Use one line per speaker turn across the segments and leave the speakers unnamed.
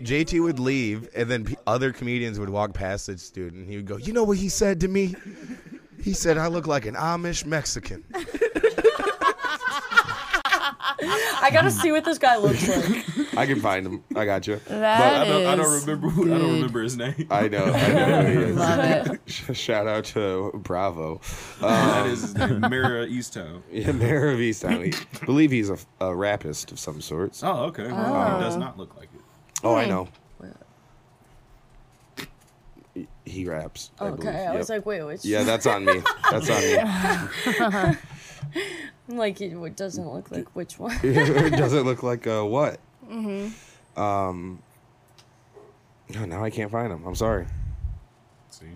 JT would leave, and then p- other comedians would walk past this dude, and he would go, "You know what he said to me? He said I look like an Amish Mexican."
I gotta see what this guy looks like.
I can find him. I got you.
That
But
is.
I
I
don't-
do
I don't remember. Who, I don't remember his name.
I know. I know who he is.
Love it.
Shout out to Bravo.
that
Um,
is his name. Mira Easttown.
yeah, mayor of Easttown. He- believe he's a, a rapist of some sorts.
Oh, okay. Well, He does not look like it.
Oh, I know. He- He raps. I
Okay,
believe.
I was
Yep.
like, wait, which?
yeah, that's on me. That's on me.
I'm like, it w- doesn't look like which one.
Does it look like uh, what? Mm-hmm. Um. oh, Now I can't find him. I'm sorry.
See,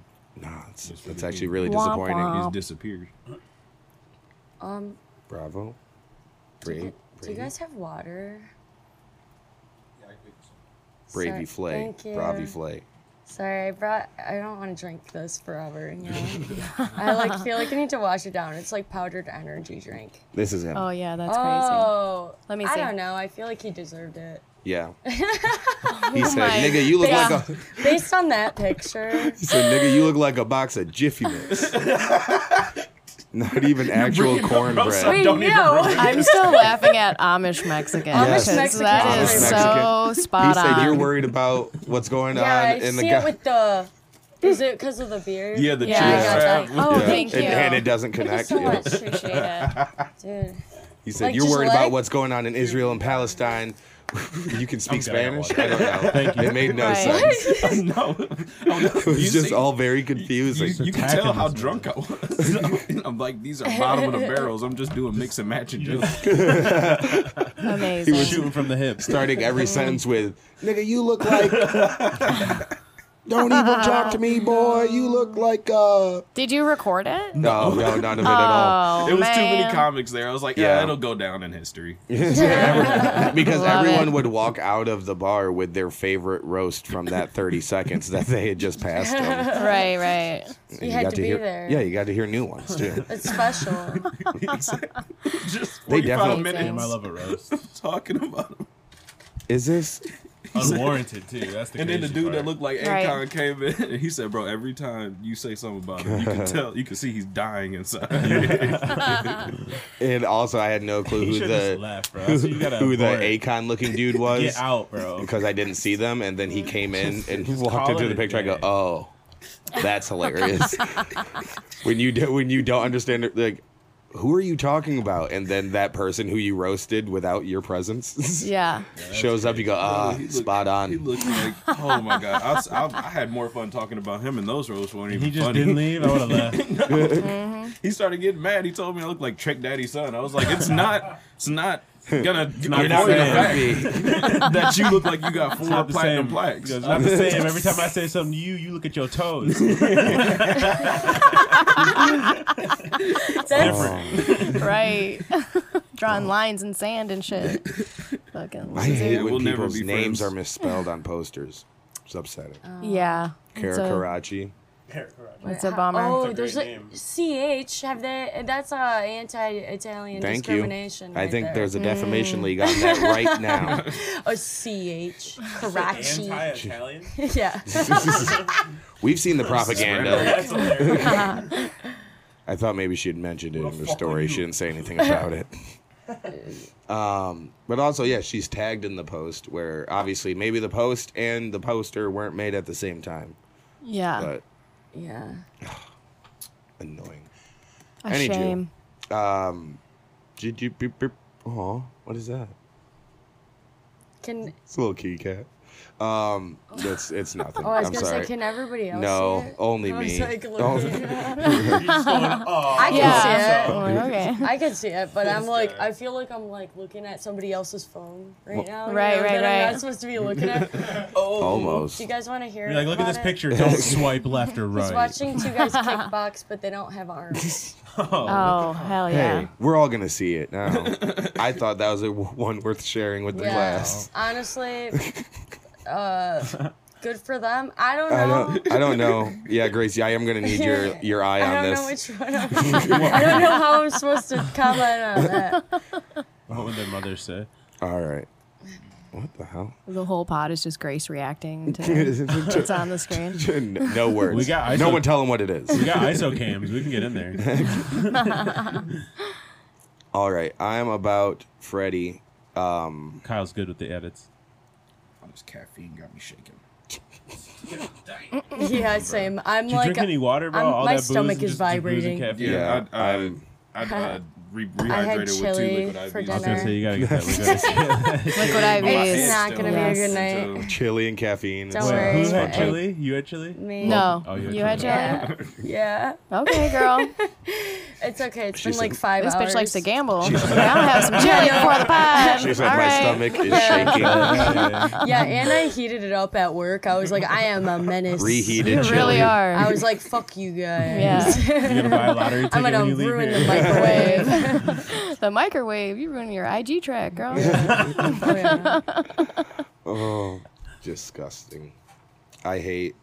Nah, it's,
Yes, we
that's
do.
actually really
Wah,
disappointing.
wah.
he's
Oh.
disappeared.
Um,
Bravo.
do you,
Brave,
gu- do you guys have water?
Bravey
Sorry-
Flay.
Thank you.
Bravey Flay.
Sorry, I brought. I don't want to drink this forever. You know? I like feel like I need to wash it down. It's like powdered energy drink.
This is him.
Oh yeah, that's crazy.
oh,
Let me
I
see.
don't know. I feel like he deserved it
Yeah. he said,
my
"Nigga, you look
Oh
like
God.
a."
based on that picture.
He said, "Nigga, you look like a box of Jiffy Mix." Not even actual cornbread.
Wait,
Don't even
no.
remember.
I'm still laughing at Amish Mexican.
Amish
because
Mexican
That
is
is
crazy.
so
He
spot
said, "You're
on.
worried about what's going
yeah, I
on in the
see
guy."
it with the. Is it because of the beard?
Yeah, the
Yeah,
I
chin
got
strap.
that.
with
Oh,
the-
thank
and,
you.
and it doesn't
Thank you
connect.
so
yeah.
much. Appreciate it, dude.
He said,
Like,
"You're
just
worried
like-
about what's going on in Israel and Palestine. you can speak
I'm good, I got
Spanish.
one.
I don't know.
Thank you.
It made no
Right.
sense.
no,
It was just all very confusing.
You, you can
attacking
tell how
this
drunk I was. I'm like, these are bottom of the barrels. I'm just doing mix and match and just
Amazing.
Shooting from the hips.
Starting
Mm.
every sentence with, "Nigga, you look like." Don't even talk to me, boy. You look like uh.
Did you record it?
No, no, none of it at all.
Oh,
it was too
man.
many comics there. I was like, yeah,
Yeah.
it'll go down in history.
Oh,
Because
Love
everyone
it.
would walk out of the bar with their favorite roast from that 30 seconds that they had just passed them.
Right, right.
And
You had to be
hear,
there.
Yeah, you got to hear new ones too.
It's special.
just 45
They definitely-
Amazing.
minutes
Damn, I love a roast.
talking about him.
Is this?
Unwarranted too. That's the
And then the
crazy
dude
part.
that looked like
Right.
Akon came in and he said, Bro, every time you say something about him, you can tell, you can see he's dying inside.
And also, I had no clue
You
who
should just
the
laugh, bro. That's what you gotta
who the
abort.
Akon looking dude was.
Get out, bro.
because I didn't see them, and then he came in and walked
call
into
it
the
a
picture. I go,
day.
oh, that's hilarious. when you do, when you don't understand, it, like, who are you talking about? And then that person who you roasted without your presence
Yeah.
shows up. You go, ah,
He looked-
spot
He
on.
looked like, oh my god! I, was- I, I had more fun talking about him and those roles weren't even
He just
funny.
didn't leave. I would have left.
He started getting mad. He told me I look like Trick Daddy's son. I was like, it's not, it's not gonna
You're
avoid
not
the
gonna
fact
be.
that you look like you got four
Not the
platinum
same.
plaques.
It's Not the same. Every time I say something to you, you look at your toes.
That's
Right. Drawing lines in sand and shit. Fucking
Oh. I
loser.
hate
We'll
when
never
people's
be
names
friends.
are misspelled on posters. It's upsetting.
Um,
Yeah.
Kara
It's a-
Karachi.
It's a bummer.
Oh,
That's a
there's
great
a
name.
CH. Have they? That's uh, anti-Italian
Thank you.
discrimination.
I
right
think
there. Mm.
there's a defamation league on that right now.
a CH Karachi.
Anti-Italian.
yeah.
We've seen the propaganda.
That's hilarious.
I thought maybe she had mentioned it in her story. She didn't say anything about it. um, but also, yeah, she's tagged in the post where obviously maybe the post and the poster weren't made at the same time,
yeah.
but
Yeah.
annoying.
a
I need you.
shame.
Did you? beep, beep. Aw, what is that?
Can
It's a little kitty cat. Um, that's it's nothing.
oh, I was
am
gonna
sorry.
say, can everybody else?
no,
see it?
only
I was
me.
like, look
Oh,
You're just going, "Aw."
I can
"Oh." Yeah.
see it.
I'm like, okay.
I can see it, but I'm like,
guy.
I feel like I'm like looking at somebody else's phone right now. you
Right,
know,
right,
that I'm
right.
not supposed to be looking at.
almost.
Do you guys want to hear?
You're like, look at
about
this
it?
picture. Don't swipe left or
I was
right.
watching two guys kickbox, but they don't have arms.
Oh, hell yeah.
Hey, we're all gonna see it now. I thought that was a w- one worth sharing with the
Yeah.
class.
Honestly, uh, good for them. I don't know.
I don't, Uh, I don't know. Yeah, Gracie, I am gonna need your your eye
I
on
don't
this.
know which one. I'm, I don't know how I'm supposed to comment on that.
What would their mother say?
All right. What the hell?
The whole pod is just Grace reacting to what's on the screen.
no words.
We got
no
iso-
one tell him what it is.
We got ISO cams. We can get in there.
All right, I'm about Freddy.
Kyle's good with the edits.
All Oh, this caffeine got me shaking.
Yeah, same. I'm
Did you
like
drink any water, bro?
I'm-
All
my
that booze
stomach
and
is
just the booze and
vibrating.
Yeah,
caffeine?
Yeah,
I, I,
I'm-
I, I, uh, re-
I had
rehydrated with two
chili
liquid IVs.
for
I was gonna
dinner.
say you gotta get that. We gotta-
Liquid
It's
IVs.
not gonna be a good
Still-
night.
Chili and caffeine.
Don't
Wait,
worry.
who had
Right.
chili? You had chili?
Me.
No.
Oh,
you had your
Yeah. yeah.
Okay, girl.
It's okay. It's
She
been like
said-
five
This
hours.
bitch likes to gamble. I'll have some chili before the pod.
She said my
All right.
stomach is shaking.
Yeah, and I heated it up at work. I was like, I am a menace.
Reheated
You
chili.
really are.
I was like, fuck you guys.
yeah.
You're gonna buy a lottery ticket
I'm gonna
when you leave
ruin
here.
the microwave.
the microwave. You ruined your IG track, girl.
Oh, yeah.
Oh, disgusting. I hate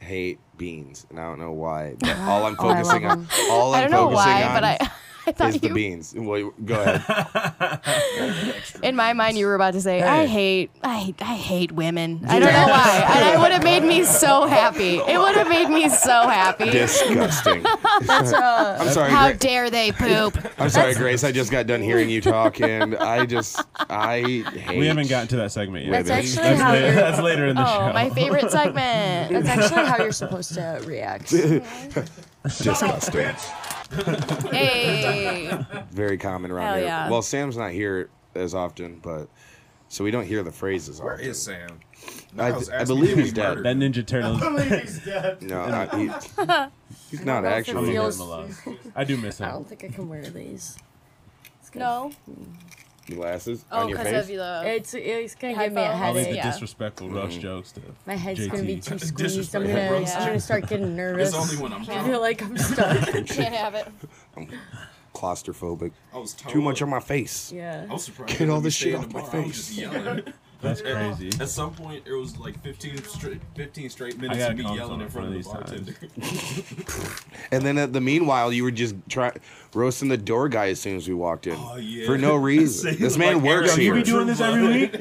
hate beans, and I don't know why. but All I'm
Oh,
I love
focusing on,
them.
all
I
I'm
don't know
focusing
why,
on
but I, I
is
thought
the
you,
beans. Well, go ahead.
in my mind, you were about to say, "I hate, I, hate- I hate women." I don't know why, and it would have made me so happy. It would have made me so happy.
disgusting.
That's, uh,
I'm sorry.
How
Gra-
dare they poop?
I'm sorry, Grace. I just got done hearing you talk, and I just I hate.
We haven't gotten to that segment yet.
That's actually
that's,
how
later,
you're-
that's later in the
Oh,
show.
my favorite segment.
that's actually how you're supposed to react.
disgusting.
Hey,
Very common around
Hell
here.
yeah.
Well, Sam's not here as often, but so we don't hear the phrases.
Where
often.
is Sam?
I,
Niles
I
asked me,
believe
did we
he's dead.
murder
that Ninja Turtles.
No, I, he, he's not
Well, if it
I'm
actually.
leaving
feels-
him alone. I do miss
I
him.
Oh,
don't think I can wear these. It's gonna-
no.
Glasses
Oh,
on your
because of
face.
the.
It's it's gonna give me a
Headphones.
All
I'll leave
of the
headache.
Yeah.
disrespectful Rush
Mm.
jokes. To
My head's gonna be
JT.
too squeezed. I'm
Disrespect,
gonna
bro.
I'm gonna start getting nervous.
It's only when I'm
I
drunk.
feel like I'm stuck.
Can't have it.
Claustrophobic.
I was told.
Too much on my face.
I
Yeah.
was surprised.
Get all
when you
this shit
stayed in
off
the
my
bar, I was
face.
just yelling.
That's crazy.
At some point, it was like 15 straight, 15 straight
I
minutes
got
of me
consoles
yelling in
one
front of
of
the
these
bartender.
And then at the meanwhile, you were just try roasting the door guy as soon as we walked in
Oh, yeah.
for no reason.
Same
this
like
man works
Eric.
here.
You be doing this every week?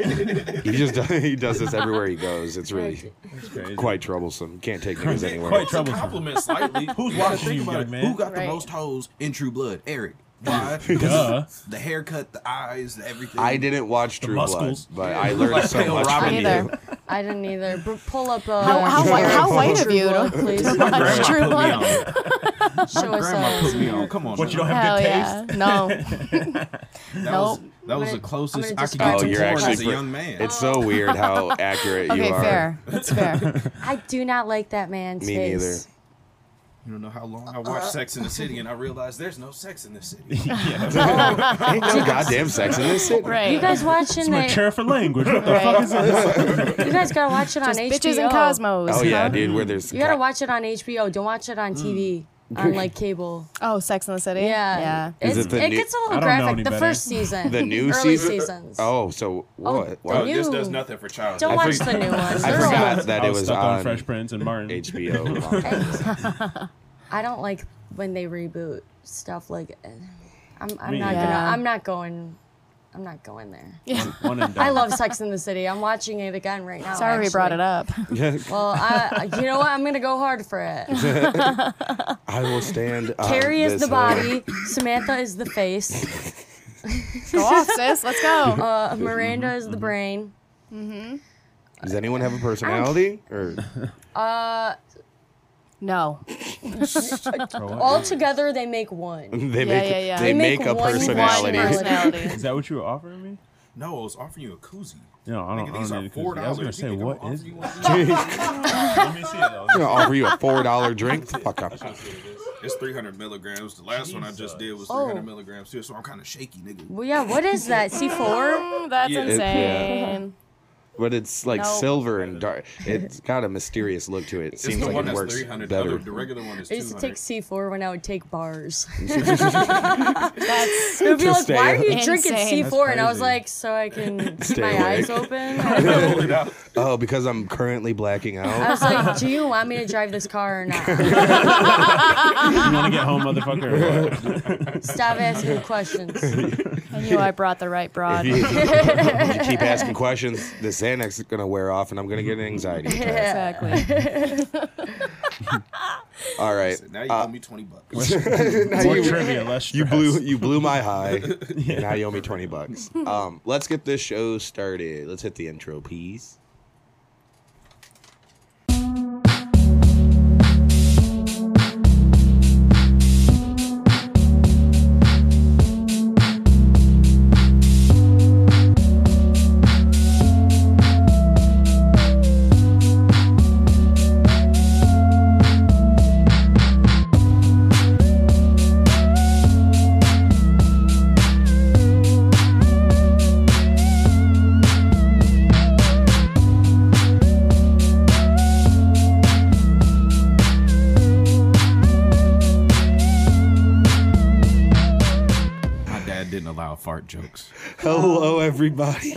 he just he does this everywhere he goes. It's really
That's crazy.
quite troublesome. Can't take niggas anywhere.
Quite
It's a
troublesome.
compliment slightly. Who's
watching you, young man?
Who got the
Right.
most hoes in True Blood? Eric. Why?
Duh.
the haircut, the eyes, the everything.
I didn't watch True Blood,
muscles.
but I learned so
Pale
much. from
Robin
Me
you.
neither.
I didn't either. But pull up
uh,
a
How- how white- how white of you to-
please.
Grandma
True
put
Blood.
me on.
Show us
Grandma
uh,
put me on. Come on.
What you
man.
don't have
Hell
good
yeah.
taste?
No.
That
Nope.
was that was the closest
I'm
I
gonna
could
describe
get
Oh,
to
you're
porn
actually
as a
pre-
young man.
It's so weird how accurate
Okay,
you are.
fair. That's fair.
I do not like that man's
Me
face.
neither.
you don't know how long
Uh,
I watched Sex in the City and I realized there's no sex in this city.
Ain't no goddamn sex in this city.
Right.
You guys watching it?
Mature for language. What the
Right.
fuck is this?
You guys gotta watch it on
Just
HBO.
bitches and cosmos.
Oh yeah,
huh?
dude. Where there's
You gotta watch it on HBO. Don't watch it on
Mm.
TV. On like cable,
Oh, Sex in the City.
yeah,
Yeah.
It's,
Is it the
it
new-
gets a
I
little
don't know any
graphic. The
better.
first season,
The new
early
season?
seasons.
Oh, so what?
Oh,
What?
you-
this does nothing for childhood.
don't
I
watch
forg-
the new ones.
I
They're
forgot
old.
that
I
it
was
was
stuck on,
on
Fresh Prince and Martin.
HBO.
I don't like when they reboot stuff. Like, eh, I'm, I'm
Me
not
either.
gonna.
Yeah.
I'm not going. I'm not going there.
One and done.
I love Sex in the City. I'm watching it again right now.
Sorry we brought it
Oh, actually.
up.
Well, I, you know what? I'm gonna go hard for it.
I will stand. on
Carrie is
this
the
hill.
body. Samantha is the face.
Go off, sis. Let's go.
Uh, Miranda is the brain.
Does anyone have a personality? Or
No.
All together, they make one.
they
Yeah,
make
yeah, yeah.
they
They
make
make a
one- one
personality.
person.
Personality.
Is that what you were offering me?
No, I was offering you a koozie.
No, I don't.
Nigga, these
I don't
are
need a
four
koozie. I was
dollars.
gonna say, what is? it? Let me see it. though.
I'm gonna offer you a four dollar drink. Fuck up.
It's 300 milligrams. The last one I just did was
Oh.
300 milligrams too, so I'm kind of shaky, nigga.
Well, yeah. What is that? C4?
Mm, That's
Yeah.
insane.
But it's like
No.
silver and dark. It's got a mysterious look to it. It
It's
seems
the
like
one
it
that's
works
300. The, other,
better.
the regular one is
I used
200.
to take C4 when I would take bars.
That's
It would be like,
stay
why are you
up.
drinking
Insane.
C4? And I was
crazy.
like, so I can keep
Stay
my
awake.
eyes open. I
Pull it out.
Oh, because I'm currently blacking out.
was like, do you want me to drive this car or not?
You want to get home, motherfucker? or what?
Stop asking me questions.
I knew I brought the right broad.
If you, if you keep asking questions, the Xanax is gonna wear off, and I'm gonna get an anxiety attack.
Exactly.
All right.
Now you owe me twenty bucks.
Now
More
you-
trivia, less
You
stress.
blew you blew my high, and now you owe me twenty bucks. Um, let's get this show started. Let's hit the intro, please.
My dad didn't allow fart jokes.
Um,
Hello, everybody.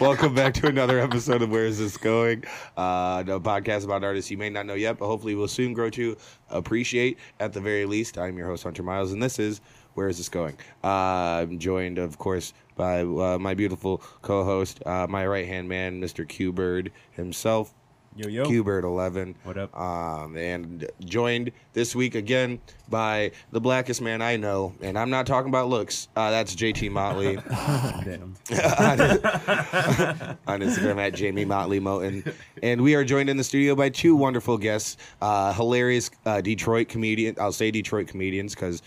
Welcome back to another episode of Where Is This Going? Uh, the podcast about artists you may not know yet, but hopefully will soon grow to appreciate at the very least. I'm your host, Hunter Miles, and this is Where Is This Going? Uh, I'm joined, of course, by uh, my beautiful co host, uh, my right hand man, Mr. Q Bird himself,
Yo, yo.
Q Bird 11.
What up?
Um, and joined this week again by the blackest man I know, and I'm not talking about looks. Uh, that's JT Motley.
Damn.
on, on Instagram at Jamie Motley Moten. And we are joined in the studio by two wonderful guests, uh, hilarious uh, Detroit comedian. I'll say Detroit comedians because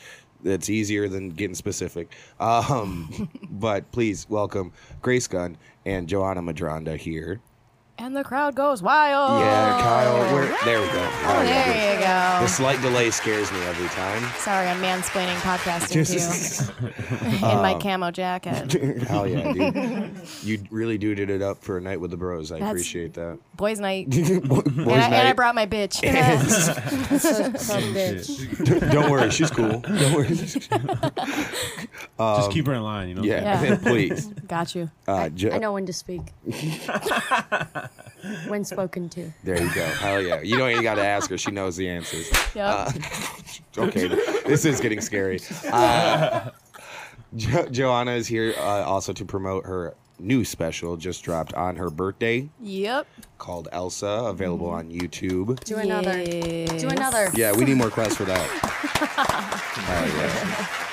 it's easier than getting specific. Um, but please welcome Grace Gunn and Joanna Madronda here.
And the crowd goes wild.
Yeah, Kyle, we're, there we go.
Oh,
All right.
there you go.
The slight delay scares me every time.
Sorry, I'm mansplaining podcasting to you in
Um,
my camo jacket.
Hell yeah, dude. you really dooted it up for a night with the bros. I
That's-
appreciate that.
Boys' night.
Boys
and, I, and I
night.
brought my bitch.
Some bitch.
Don't worry, she's cool. Don't worry.
Just keep her in line, you know?
Um, Yeah,
Yeah.
please.
Got you.
Uh, Jo-
I know when to speak. when spoken to.
There you go. Hell yeah. You don't even got to ask her. She knows the answers.
Yep.
uh, Okay, this is getting scary. Uh, jo- Joanna is here uh, also to promote her new special just dropped on her birthday
yep.
called Elsa, available on YouTube.
Do another. Do another.
Yeah, we need more class for that. Hell yeah.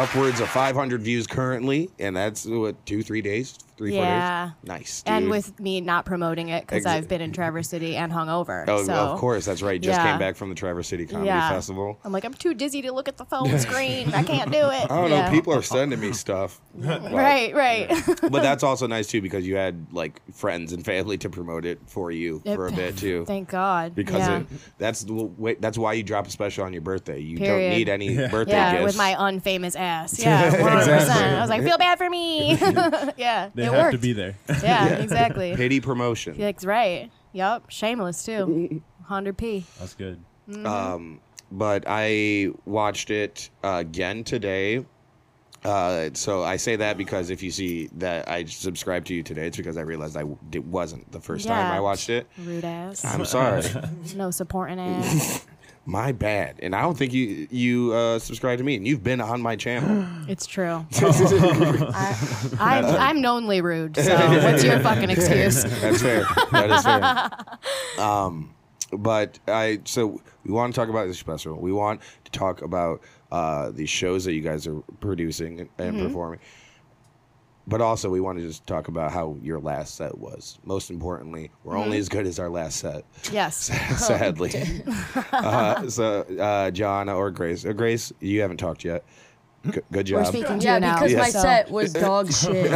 Upwards of 500 views currently, and that's what two, three days, three,
Yeah.
four days. Nice.
And
dude.
with me not promoting it because
Exa-
I've been in Traverse City and hungover.
Oh,
so.
of course, that's right. Just
Yeah.
came back from the Traverse City Comedy
Yeah.
Festival.
I'm like, I'm too dizzy to look at the phone screen. I can't do it.
I don't
Yeah.
know. People are sending me stuff. But-
Right, right.
But that's also nice too because you had like friends and family to promote it for you
Yep.
for a bit too.
Thank God.
because
yeah.
it, that's the way, that's why you drop a special on your birthday. You
Period.
don't need any birthday
yeah,
gifts.
with my unfamous ass. Yeah, 100%. I was like, feel bad for me. yeah,
They
it
have
worked.
to be there.
Yeah, exactly.
pity promotion.
That's right. Yup. Shameless too. 100p.
That's good.
But I watched it uh, again today. Uh, so I say that because if you see that I subscribed to you today, it's because I realized I w- it wasn't the first time
Yeah.
I watched it.
Rude ass.
I'm sorry.
No supporting ass.
My bad. And I don't think you you uh, subscribe to me, and you've been on my channel.
It's true. I'm, I'm knownly rude. So what's your fucking excuse?
That's fair. That is fair. Um, but I so we want to talk about this special. We want to talk about uh, the shows that you guys are producing and, and performing. But also, we want to just talk about how your last set was. Most importantly, we're only as good as our last set,
Yes.
sadly. uh, so, uh, John or Grace, uh, Grace, you haven't talked yet.
Hmm?
G- good job.
We're speaking to
Yeah,
you now.
because my
so-
set was dog shit.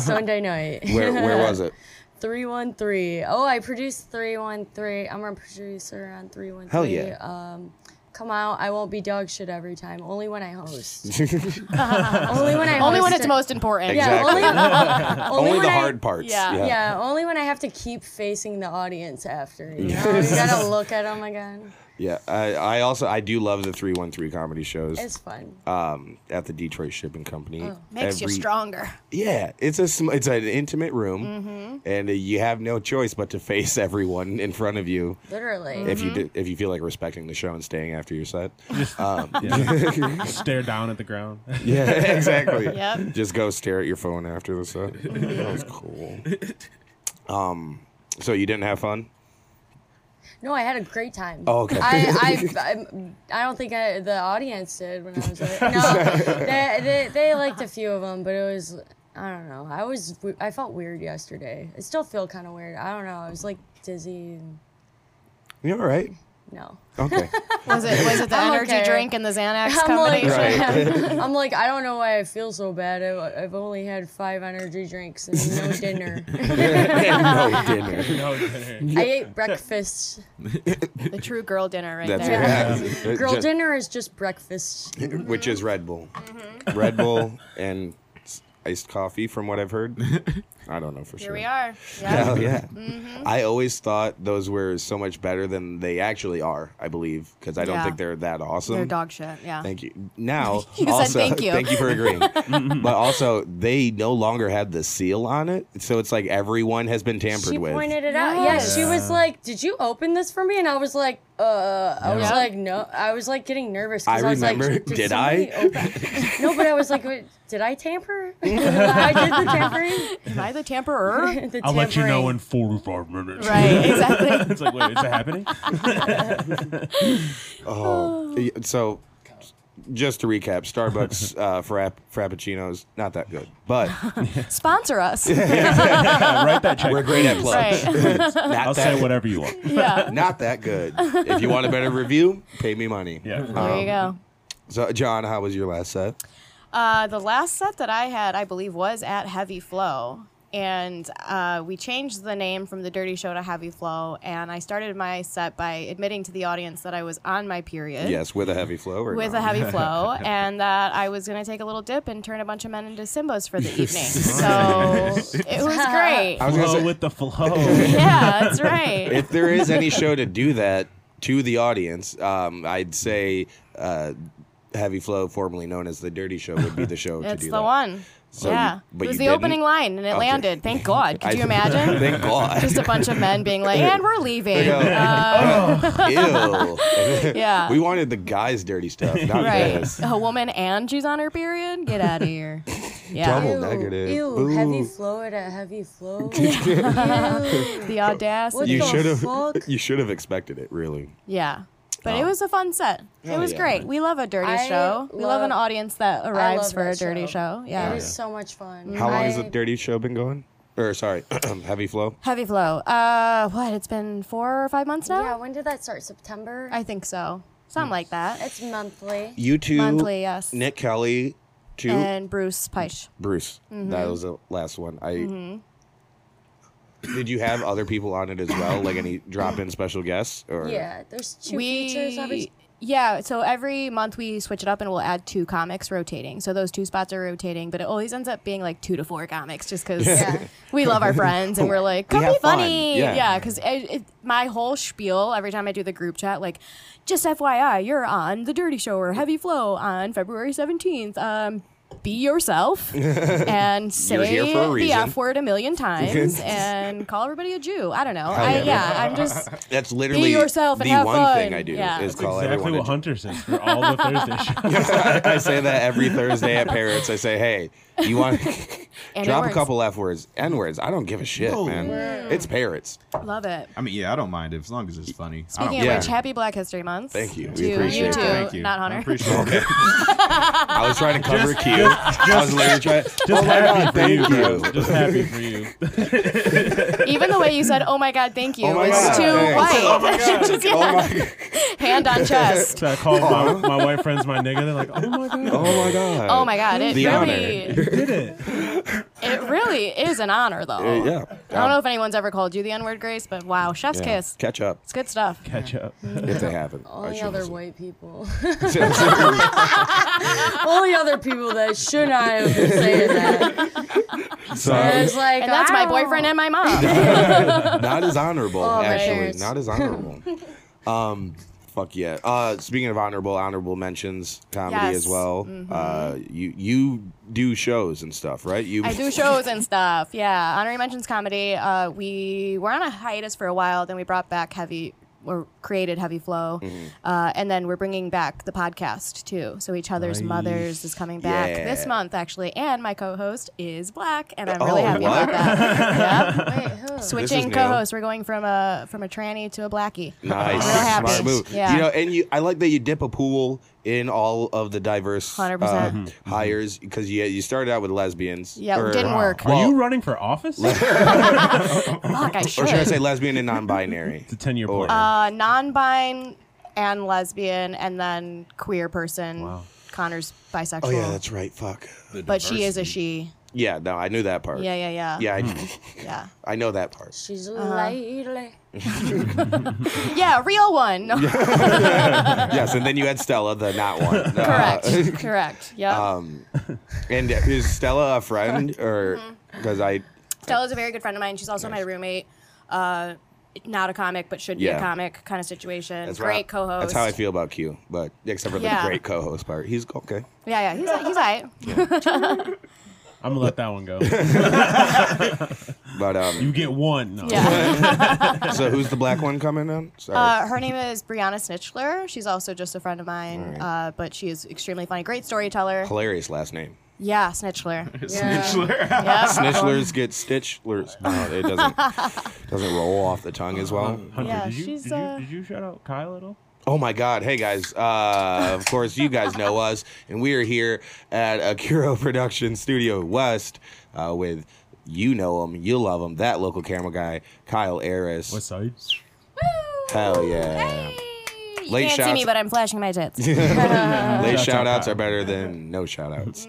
Sunday night.
Where where was it?
313. Oh, I produced 313. I'm a producer on 313.
Hell yeah.
Um, come out. I won't be dog shit every time. Only when I host. only when I
Only when
host
it's
it.
most important.
Yeah,
Exactly.
only,
Only,
only
the
when I-
hard parts.
Yeah.
Yeah. only when I have to keep facing the audience after. You know, you gotta look at them again.
Yeah, I, I also I do love the three one three comedy shows
It's Oh, fun.
um, at the Detroit Shipping Company.
Makes you
Every-
stronger.
Yeah, it's a sm- it's an intimate room,
Mm-hmm.
and uh, you have no choice but to face everyone in front of you
Literally.
if you do, if you feel like respecting the show and staying after your set. Um,
Stare down at the ground.
Yeah, exactly.
Yep.
Just go stare at your phone after the set. that was cool. Um, so you didn't have fun?
No, I had a great time.
Oh, okay.
I, I, I'm- I don't think I, the audience did when I was there. No, they, they, they liked a few of them, but it was, I don't know. I was, w- I felt weird yesterday. I still feel kind of weird. I don't know. I was like dizzy and
You all right?
no.
Okay.
Was it was it the
I'm
energy
okay.
drink and the Xanax
I'm like,
combination?
I'm like, I don't know why I feel so bad. I, I've only had five energy drinks and no dinner.
no dinner.
No,
I ate breakfast.
The true girl dinner right
That's
there.
yeah. It
Girl
just-
dinner is just breakfast.
which is Red Bull.
Mm-hmm.
Red Bull and s- iced coffee, from what I've heard. I don't know for
Here
sure.
we are. Mm-hmm. Yeah.
Hell yeah. I always thought those were so much better than they actually are, I believe, because I don't
Yeah.
think they're that awesome.
They're dog shit. Yeah.
Thank you. Now,
You said
also,
thank you.
for agreeing. but also, they no longer had the seal on it. So it's like everyone has been tampered
she
with.
pointed it out. Yeah, she was
Yeah.
like, "Did you open this for me?" And I was like, "Uh," I was
Yeah.
like, "No," I was like getting nervous.
I
'cause was like,
remember. Did
somebody
I?"
open-" no, but I was like, "Wait, "Did I tamper? I did the tampering."
Am I the tamperer?
The
I'll let you know
tampering.
in 45 minutes.
right. Exactly.
it's like, wait, is that happening?
Oh, y- so just to recap, Starbucks uh, frapp- frappuccinos not that good, but
Sponsor us.
Yeah, write that check.
we're great at plugs.
Right.
Not
I'll
that
say whatever you want.
Yeah.
not that good. If you want a better review, pay me money.
Yeah.
There you go.
So, John, how was your last set?
Uh, the last set that I had, I believe, was at Heavy Flow. And uh, we changed the name from The Dirty Show to Heavy Flow. And I started my set by admitting to the audience that I was on my period
Yes, with a heavy flow. Or
with
not?
a heavy flow and that I was going to take a little dip and turn a bunch of men into Simbos for the evening. So it was great.
I was gonna
Flow
say,
with the flow.
Yeah, that's right.
if there is any show to do that to the audience, um, I'd say uh, Heavy Flow, formerly known as the Dirty Show, would be the show to
It's
do
the
that.
one.
So you-
yeah.
but
it was
you
the
didn't?
opening line and it
Okay.
landed. Thank God. Could
I-
you imagine?
Thank God.
Just a bunch of men being like, and we're leaving. Uh,
Ew.
yeah.
we wanted the guys' dirty stuff, not
right.
this.
A woman and she's on her period? Get out of here. Yeah.
Double.
Ew,
negative.
Ew,
Boo.
heavy flow at a heavy flow.
The audacity.
What
You
the
should
fuck?
have. You should have expected it, really.
Yeah. But it was a fun set. It
Oh,
was
yeah.
great. We love a dirty
I
show. We love an
love-
audience that arrives
love
for a
that
dirty show.
show.
Yeah.
It was so much fun.
How long
I,
has the Dirty Show been going? Or sorry, Heavy Flow.
Heavy flow. Uh, what? It's been four or five months now.
Yeah, when did that start? September.
I think so. Something like that.
it's monthly.
You two,
Monthly, yes.
Nick Kelly, two
And Bruce Peich.
Bruce.
Mm-hmm.
That was the last one. I. Did you have other people on it as well, like any drop-in special guests? Or
Yeah, there's two
we
features every
yeah so every month we switch it up and we'll add two comics rotating so those two spots are rotating but it always ends up being like two to four comics just because
Yeah.
we love our friends and we're like come be
have fun."
funny
Yeah.
yeah because it, my whole spiel every time i do the group chat like just fyi you're on the dirty show or heavy flow on february 17th um be yourself and
You're here
say
for a
the
reason.
F word a million times and call everybody a Jew. I don't know. I,
yeah.
yeah, I'm just
that's literally
yourself and
the
have
one thing
fun.
I do
Yeah.
is
That's
call
exactly
everyone.
what
a Jew.
Hunter says for all the Thursday shows.
I say that every Thursday at Paris. I say, "Hey, you want
And
drop a
N-words.
couple f words, n words? I don't give a shit,
No.
man. It's parrots.
love it.
I mean, yeah, I don't mind if, as long as it's funny. I
Speaking
don't
of
Yeah.
which, happy Black History Month.
Thank you. We
To
appreciate
you
it.
too,
Thank you.
not
I
Hunter.
appreciate it.
I was trying to cover Q. I was literally trying.
Just happy for
Oh thank
you, bro.
you.
Just happy for you.
Even the way you said, "Oh my God, thank you,"
Oh my
was
God,
too
thanks.
white.
Oh my
Just, yeah,
Oh my,
Hand on chest.
So I called my, my white friends my nigga. They're like, oh my god,
oh my god.
Oh my God, it
The
really,
you did it.
it really is an honor, though.
Uh, yeah.
I don't know if anyone's ever called you the N-word, Grace, but wow, chef's
Yeah.
kiss.
Catch up
It's good stuff.
Catch up.
if they haven't.
only
shouldn't
other
say-
white people. only other people that should not have been saying that. It
Sorry.
was like,
And that's my
"Ow."
boyfriend and my mom.
not as honorable,
Oh, my
actually.
goodness.
Not as honorable. Um, Fuck yeah. Uh, speaking of honorable, honorable mentions, comedy
Yes. Mm-hmm.
as well. Uh, you you do shows and stuff, right? You
I do shows and stuff. Yeah, honorary mentions comedy. Uh, we were on a hiatus for a while, then we brought back heavy or created heavy flow,
Mm-hmm.
uh, and then we're bringing back the podcast too. So each other's mothers is coming back
Yeah.
this month actually, and my co-host is black, and I'm
Oh,
really happy
what?
about that. yeah.
Wait, who?
Switching
new.
co-hosts, we're going from a from a tranny to a blackie.
Nice,
Real happy.
smart move.
Yeah.
You know, and you, I like that you dip a pool in all of the diverse
Mm-hmm.
100%.
uh, hires because you you started out with lesbians.
Yeah,
or-
didn't work.
Are
Well-
you running for office? it's
Fuck, I
Or
should.
should I say lesbian and non-binary?
a ten-year
Or-
plan.
uh, non-bine and lesbian, and then queer person.
Wow.
Connor's bisexual.
oh yeah, that's right. Fuck.
but she is a she.
Yeah, no, I knew that part.
Yeah, yeah, yeah.
Yeah,
Hmm.
I,
yeah.
I know that part.
She's a
Uh-huh.
lady.
Yeah, real one. No,
yes, and then you had Stella, the not one. Uh,
correct. correct. Yeah.
um, and is Stella a
Mm-hmm.
friend or because I?
Stella's a very good friend of mine. She's also my roommate. Uh, not a comic, but should be
Yeah.
a comic kind of situation.
That's
Great
right.
co-host.
That's how I feel about Q, but except for the
Yeah.
great co-host part, he's okay.
Yeah, yeah. He's he's all right.
I'm gonna let that one go.
But um,
You get one. No.
Yeah.
so who's the black one coming on? Sorry.
Uh, her name is Brianna Snitchler. She's also just a friend of mine, uh, but she is extremely funny. Great storyteller.
Hilarious last name.
Yeah, Snitchler.
Yeah.
Yeah.
Snitchlers get stitchlers. No, it doesn't doesn't roll off the tongue as well.
Hunter,
Yeah,
did, you,
she's,
did,
uh,
you, did you shout out Kyle at all?
Oh my God! Hey guys, uh, of course you guys know us, and we are here at Akiro Production Studio West uh, with you know him, you love him, that local camera guy, Kyle Aris.
What side?
Hell yeah!
You
Late
can't see
shouts.
me, but I'm flashing my tits. Uh,
Late
Shouts out,
shout outs
Kyle.
are better than no shout outs.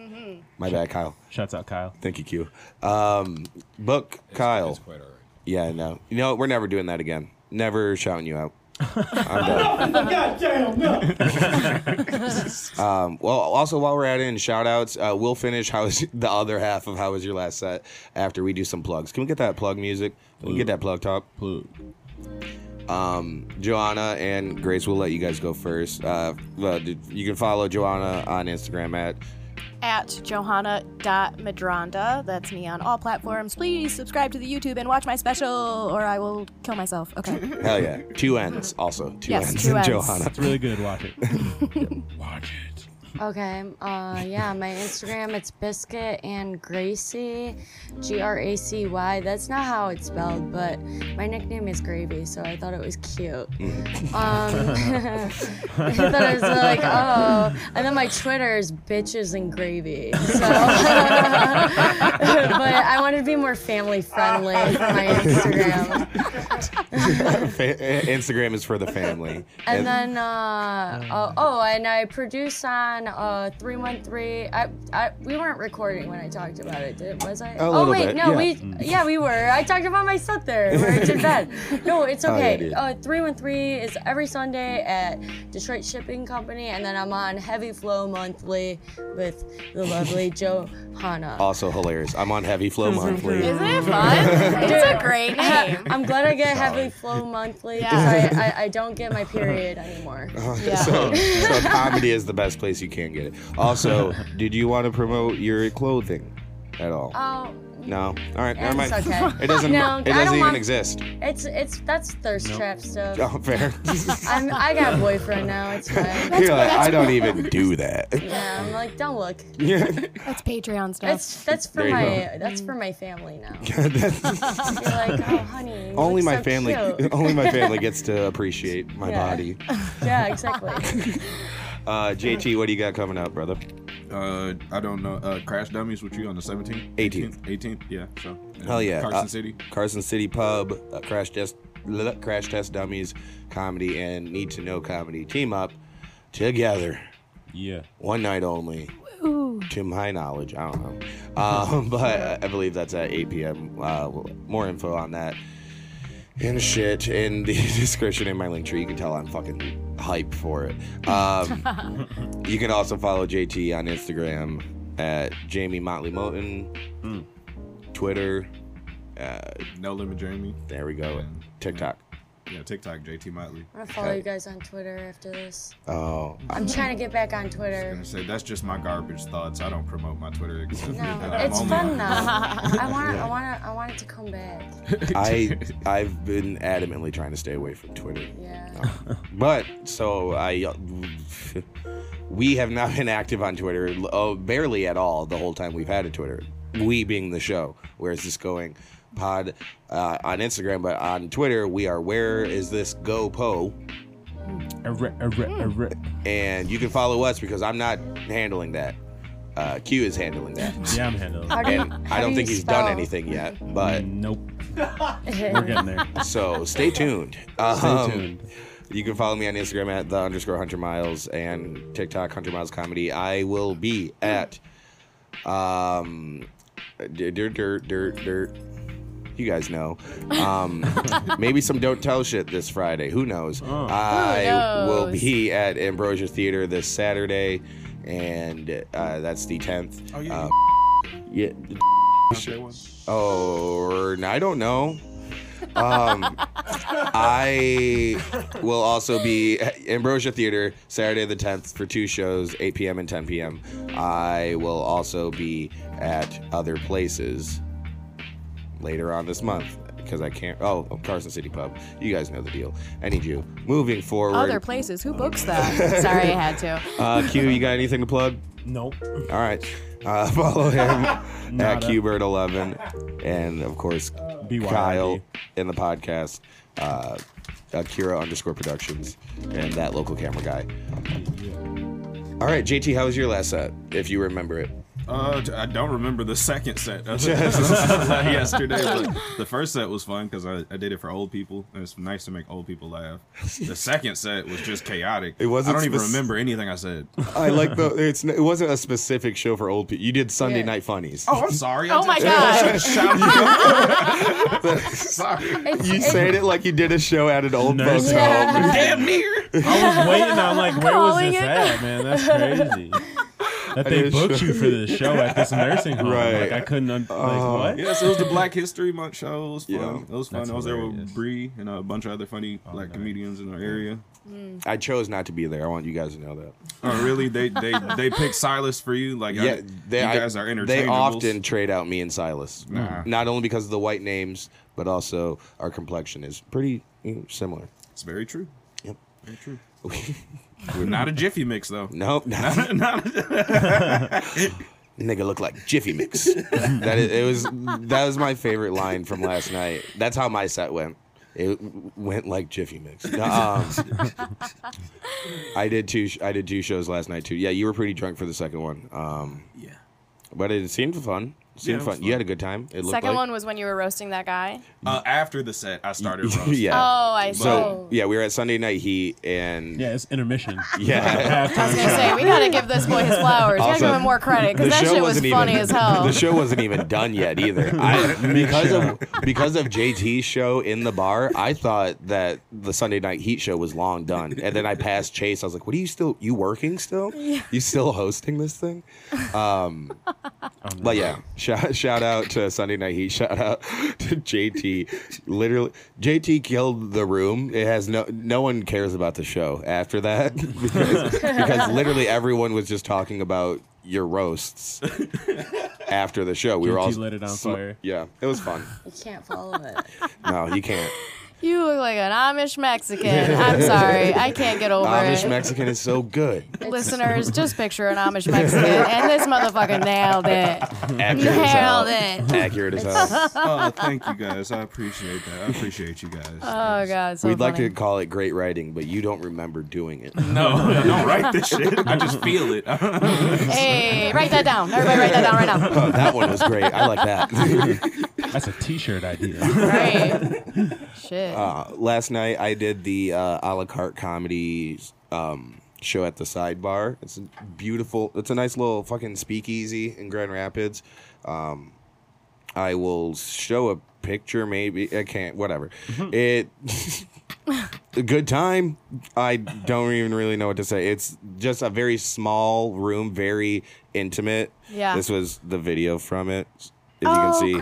My bad, Kyle.
Shouts out Kyle.
Thank you, Q. Um, book Kyle.
it's quite
Yeah, no. You know, we're never doing that again. Never shouting you out. I'm done. um, well, also while we're at it, and shout outs, uh, we'll finish how is the other half of how was your last set after we do some plugs. Can we get that plug music? Can we get that plug talk?
Blue.
Um, Joanna and Grace, we'll let you guys go first. Uh, uh, you can follow Joanna on Instagram at
at johanna.madronda. That's me on all platforms. Please subscribe to the YouTube and watch my special, or I will kill myself. Okay.
hell yeah two N's also two
Yes,
N's
two
and
Ns.
Johanna.
It's really good. Watch it. Watch it.
Okay. Uh, yeah, my Instagram it's biscuit and Gracie, G R A C Y. That's not how it's spelled, but my nickname is Gravy, so I thought it was cute. Um, I thought it was like, oh, and then my Twitter is bitches and gravy. So, but I wanted to be more family friendly for my Instagram.
Fa- Instagram is for the family.
And then, uh, oh, oh, and I produce on uh, 313. I, I, we weren't recording when I talked about it, did, was I? oh,
little
wait,
bit,
no,
yeah.
we, yeah, we were. I talked about my set there, where I did that. No, it's
Oh, yeah,
okay.
dude.
uh, 313 is every Sunday at Detroit Shipping Company, and then I'm on Heavy Flow Monthly with the lovely Johanna.
also hilarious. I'm on Heavy Flow
Mm-hmm.
Monthly.
Isn't it fun? it's a great
I-
name.
I'm glad I get Heavy Flow Monthly because
Yeah.
I, I, I don't get my period anymore.
Uh-huh.
Yeah.
So, so comedy is the best place you can get it. Also, did you want to promote your clothing at all?
Oh,
no. All right, never mind.
It's okay.
It doesn't.
No, I
it
don't
doesn't even
want-
exist.
It's it's that's thirst trap stuff.
Oh, fair.
I'm I got a boyfriend now. It's fine.
You're like, I don't even do that.
Yeah, I'm like, don't look.
That's Patreon stuff.
That's that's for
There you
my that's for my family now. You're like, oh honey. you
only
look
my
so
family.
cute."
Only my family gets to appreciate my
Yeah.
body.
Yeah, exactly.
Uh, JT, what do you got coming up, brother?
Uh, I don't know. Uh, Crash Dummies with you on the 17th?
18th.
18th, yeah. So,
Hell yeah.
Carson
Uh,
City.
Carson City Pub, uh, Crash Test, blah, Crash Test Dummies, comedy and Need to Know comedy team up together.
Yeah.
One night only. To my knowledge, I don't know. Um, but I believe that's at 8 p.m. Uh, more info on that and shit in the description in my link tree. You can tell I'm fucking hype for it. Um, you can also follow JT on Instagram at Jamie Motley Moten, Twitter.
No Limit Jamie.
There we go. TikTok.
Yeah, TikTok, JT Motley.
I'm gonna follow you guys on Twitter after this.
Oh,
I'm trying to get back on Twitter.
I say that's just my garbage thoughts. I don't promote my Twitter. Except
No,
I'm
it's
only
fun
on-
though. I want, I want, I want it to come back.
I I've been adamantly trying to stay away from Twitter.
Yeah.
But so I, we have not been active on Twitter, oh, barely at all the whole time we've had a Twitter. We being the show. Where is this going? Pod uh, on Instagram, but on Twitter we are. Where is this go po? Hmm. And you can follow us because I'm not handling that. Uh, Q is handling that,
Yeah, I'm handling
How do you,
and
how
I don't
do
think
you
he's
spell-
done anything yet. But
it. Nope. We're getting there.
so stay tuned.
Stay
Um,
tuned.
You can follow me on Instagram at the underscore Hunter Miles and TikTok Hunter Miles Comedy. I will be at um dirt dirt dirt dirt. You guys know. Um, maybe some don't tell shit this Friday. Who knows? I
Who
will
knows?
be at Ambrosia Theater this Saturday, and uh, that's the tenth.
Oh yeah.
Uh,
you
yeah.
out there one.
Oh, or- I don't know. Um, I will also be at Ambrosia Theater Saturday the 10th for two shows, 8 p.m. and 10 p.m. I will also be at other places later on this month because I can't. Oh, Carson City Pub. You guys know the deal. I need you. Moving forward.
Other places. Who books that? Sorry, I had to.
uh, Q, you got anything to plug?
Nope.
All right. Uh, follow him at
Nada.
Qbird11, and of course
BYRD.
Kyle in the podcast, uh, Akira underscore Productions, and that local camera guy. All right, JT, how was your last set? If you remember it,
Uh, t- I don't remember the second set other than yesterday, but the first set was fun because I, I did it for old people. and It's nice to make old people laugh. The second set was just chaotic.
It wasn't
I don't even
spec-
remember anything I said.
I like the. It's it wasn't a specific show for old people. You did Sunday
Yeah.
Night Funnies.
Oh, I'm sorry. I
Oh my
did-
god.
sorry.
It's,
you
it's,
said it like you did a show at an old
Nurse
folks
home.
home.
yeah.
Damn near.
I was waiting. I'm like, where was
Calling
this
it.
at, man? That's crazy. That they
did a
booked
show.
you for this show at this nursing home.
Right. Uh-huh.
Like I couldn't. Un- like what?
Yes, it was the Black History Month show. It was fun.
Yeah. Oh,
it was fun.
That's
I was there with
hilarious.
Bree and a bunch of other funny black comedians in our area.
I chose not to be there. I want you guys to know that.
Oh, really? They they they pick Silas for you? Like,
Yeah,
I,
they,
you guys
I-
are interchangeables.
They often trade out me and Silas. Mm-hmm.
Nah.
Not only because of the white names, but also our complexion is pretty you know, similar.
It's very true.
Yep.
Very true. We're not a Jiffy mix though.
Nope. Nigga look like Jiffy Mix. that is, it was that was my favorite line from last night. That's how my set went. It went like Jiffy Mix. No, um, I did two. sh- I did two shows last night too. Yeah, you were pretty drunk for the second one. Um,
Yeah.
but it seemed fun. It seemed
Yeah, it
fun.
was
You
fun.
had a good time. It looked
Second
like,
one was when you were roasting that guy.
Uh, after the set, I started. roast.
yeah.
Oh, I see.
So
Oh.
yeah, we were at Sunday Night Heat, and
Yeah, it's intermission.
yeah.
I was gonna say we gotta give this boy his flowers. we
Also,
gotta give him more credit because that shit was funny
even,
as hell.
The show wasn't even done yet either. I, because of because of JT's show in the bar, I thought that the Sunday Night Heat show was long done, and then I passed Chase. I was like, "What are you still? You working still? You still hosting this thing?" But yeah, shout, shout out to Sunday Night Heat. Shout out to JT. Literally, JT killed the room. It has no no one cares about the show after that because, because literally everyone was just talking about your roasts after the show. We were
JT
all
lit it on fire.
Yeah, it was fun.
you can't follow it.
No, you can't.
You look like an Amish Mexican. I'm sorry, I can't get over
Amish
it.
Mexican is so good.
Listeners, just picture an Amish Mexican, and this motherfucker nailed it.
Accurate as hell.
Nailed it.
Accurate as hell.
Oh, thank you guys. I appreciate that. I appreciate you guys.
Oh god, so
We'd like
funny.
to call it great writing, but you don't remember doing it.
no, no, don't write this shit. I just feel it.
Hey, write that down. Everybody, write that down right now.
Oh, that one was great. I like that.
That's a T-shirt idea.
Right. Shit.
Uh, last night I did the uh, a la carte comedy um, show at the sidebar. It's a beautiful. It's a nice little fucking speakeasy in Grand Rapids. Um, I will show a picture. Maybe I can't. Whatever. it. a good time. I don't even really know what to say. It's just a very small room, very intimate.
Yeah.
This was the video from it. If you can
Oh,
see,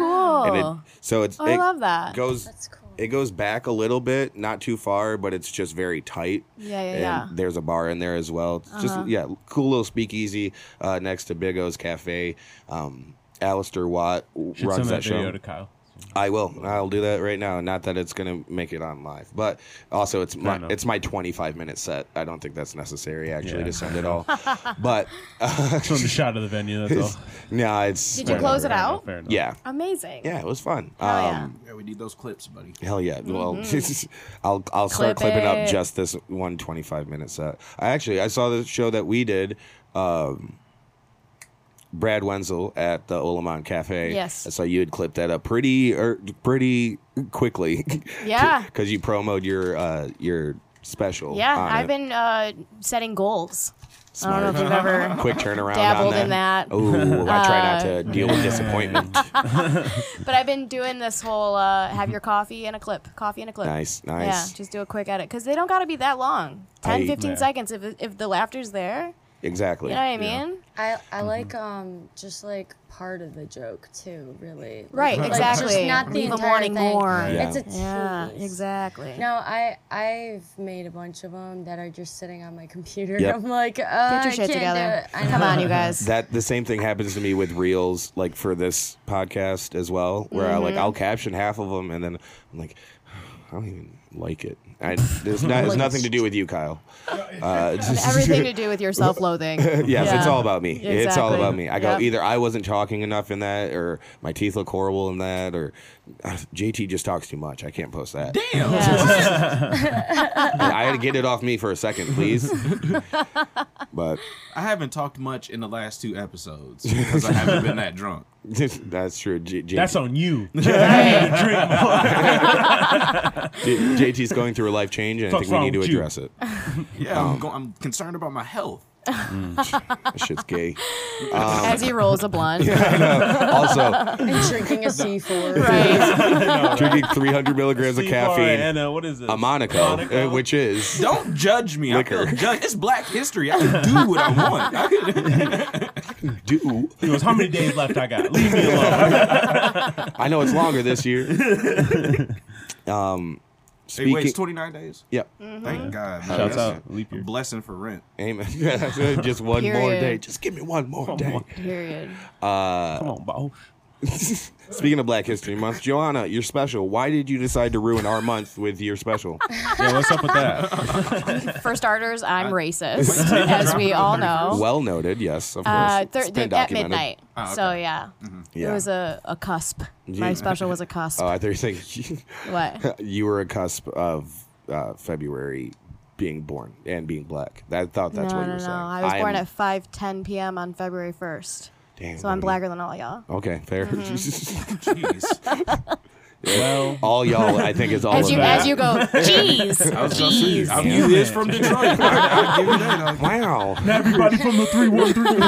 and it,
cool.
so it's
Oh, I
it
love that.
goes
That's cool.
it goes back a little bit, not too far, but it's just very tight.
Yeah, yeah,
and
yeah. Uh-huh.
There's a bar in there as well. It's Just yeah, cool little speakeasy uh, next to Big O's Cafe. Um, Alistair Watt w-
Should send
runs
that
that
video
show.
to Kyle.
I will. I'll do that right now. Not that it's gonna make it on live, but also it's my
enough.
it's my 25 minute set. I don't think that's necessary actually
Yeah.
to send it all. but uh,
Just want a shot of the venue. That's all.
no, it's
Did you close it
Fair enough,
out?
fair enough.
yeah,
Amazing.
yeah. It was fun. Um,
Hell yeah.
Yeah, we need those clips, buddy.
Hell yeah! Well, I'll I'll start
Mm-hmm. Clip
clipping up
it.
just this one 25 minute set. I actually I saw the show that we did, um, Brad Wenzel at the Olamon Cafe.
Yes.
I saw you had clipped that up pretty er, pretty quickly.
Yeah.
because you promoed your uh, your special.
Yeah,
on
I've
it.
been uh, setting goals. I don't know if
Smart.
you've ever.
quick turnaround.
dabbled
on
in
Oh.
that. Uh,
Ooh, I try not to deal with disappointment.
But I've been doing this whole uh, have your coffee and a clip, coffee and a clip.
Nice, nice.
Yeah, just do a quick edit because they don't got to be that long. 10,
I-
15
Yeah.
seconds if, if the laughter's there.
exactly.
You know what I mean?
I, I
Mm-hmm.
like um just like part of the joke too, really. Like-
Right,
like,
exactly.
Just not the
Leave 'em
entire
wanting
thing.
more.
Yeah.
It's a tease.
Yeah, exactly.
No, I I've made a bunch of them that are just sitting on my computer.
Yep.
I'm like, uh,
Get
I
your shit
can't do
together.
it. I
Come
know.
on, you guys.
that the same thing happens to me with reels like for this podcast as well where i like i'll caption half of them and then i'm like i don't even like it I, there's not, it's nothing to do with you kyle uh, just-
Everything to do with your self loathing.
yes it's all about me it's all
Exactly.
about me i go
Yep.
either i wasn't talking enough in that or my teeth look horrible in that or uh, jt just talks too much i can't post that
Damn.
Yeah.
i had to get it off me for a second please but
I haven't talked much in the last two episodes because I haven't been that drunk.
that's true J- JT
That's on you.
J- JT's going through a life change, and I
Fuck's
think we
wrong
need to
with you?
address it.
Yeah, I'm, go- I'm concerned about my health.
That shit's gay. Um,
As he rolls a blunt.
Also,
And drinking a C4.
Right.
drinking 300 milligrams of
Steve
caffeine,
Anna, what is it?
a Monaco, uh, which is
Don't judge me. I
Liquor.
feel judged. It's Black History. I can do what I want. I can-
do.
He goes, how many days left I got? Leave me alone.
I know it's longer this year. Um,
Hey, wait,
speaking.
it's 29 days.
yep.
Thank God. man.
Shouts
That's
out. Leap
A
year.
blessing for rent.
Amen. Just one more
Period.
day. Just give me one more day.
Period.
Come on, Bo.
Speaking of Black History Month, Joanna, your special. Why did you decide to ruin our month with your special?
Yeah, what's up with that?
For starters,
Uh,
I'm racist, as we all know.
Well noted. Yes, of course.
Oh. Uh,
It's
thir-
been
at
documented. Oh, Mm-hmm.
midnight.
Ah, okay.
So yeah,
Yeah.
it was a, a cusp. My
Yeah.
special was a cusp.
Oh, I thought you were saying-
what?
you were a cusp of uh, February being born and being black. I thought that's
no,
what you
no,
were
no.
saying.
I was
am-
born at 5:10 p.m. on February 1st,
Damn,
so I'm
dude.
blacker than Mm-hmm. all y'all.
Okay, fair.
Jeez.
Well,
all y'all, I think it's all
As
of
you
that.
as you go, jeez.
I was gonna say, I'm
Jeez.
you is from Detroit. I, I give you that.
wow,
everybody from the 313.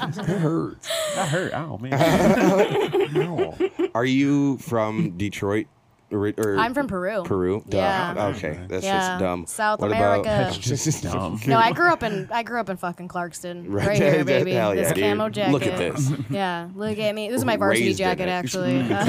that hurts.
I hurt. Oh, man.
Ow. Are you from Detroit? Or, or
I'm from Peru.
Peru. Duh. Oh,
Yeah.
Okay, that's
Yeah.
just dumb.
South
what
America.
About, just dumb.
No, I grew up in I grew up in fucking Clarkston,
Right.
right, here,
That-
baby.
hell
this
yeah, dude.
camo jacket.
Look at this.
Yeah, look at me. This is my varsity
Raised in
jacket,
it.
actually. Uh,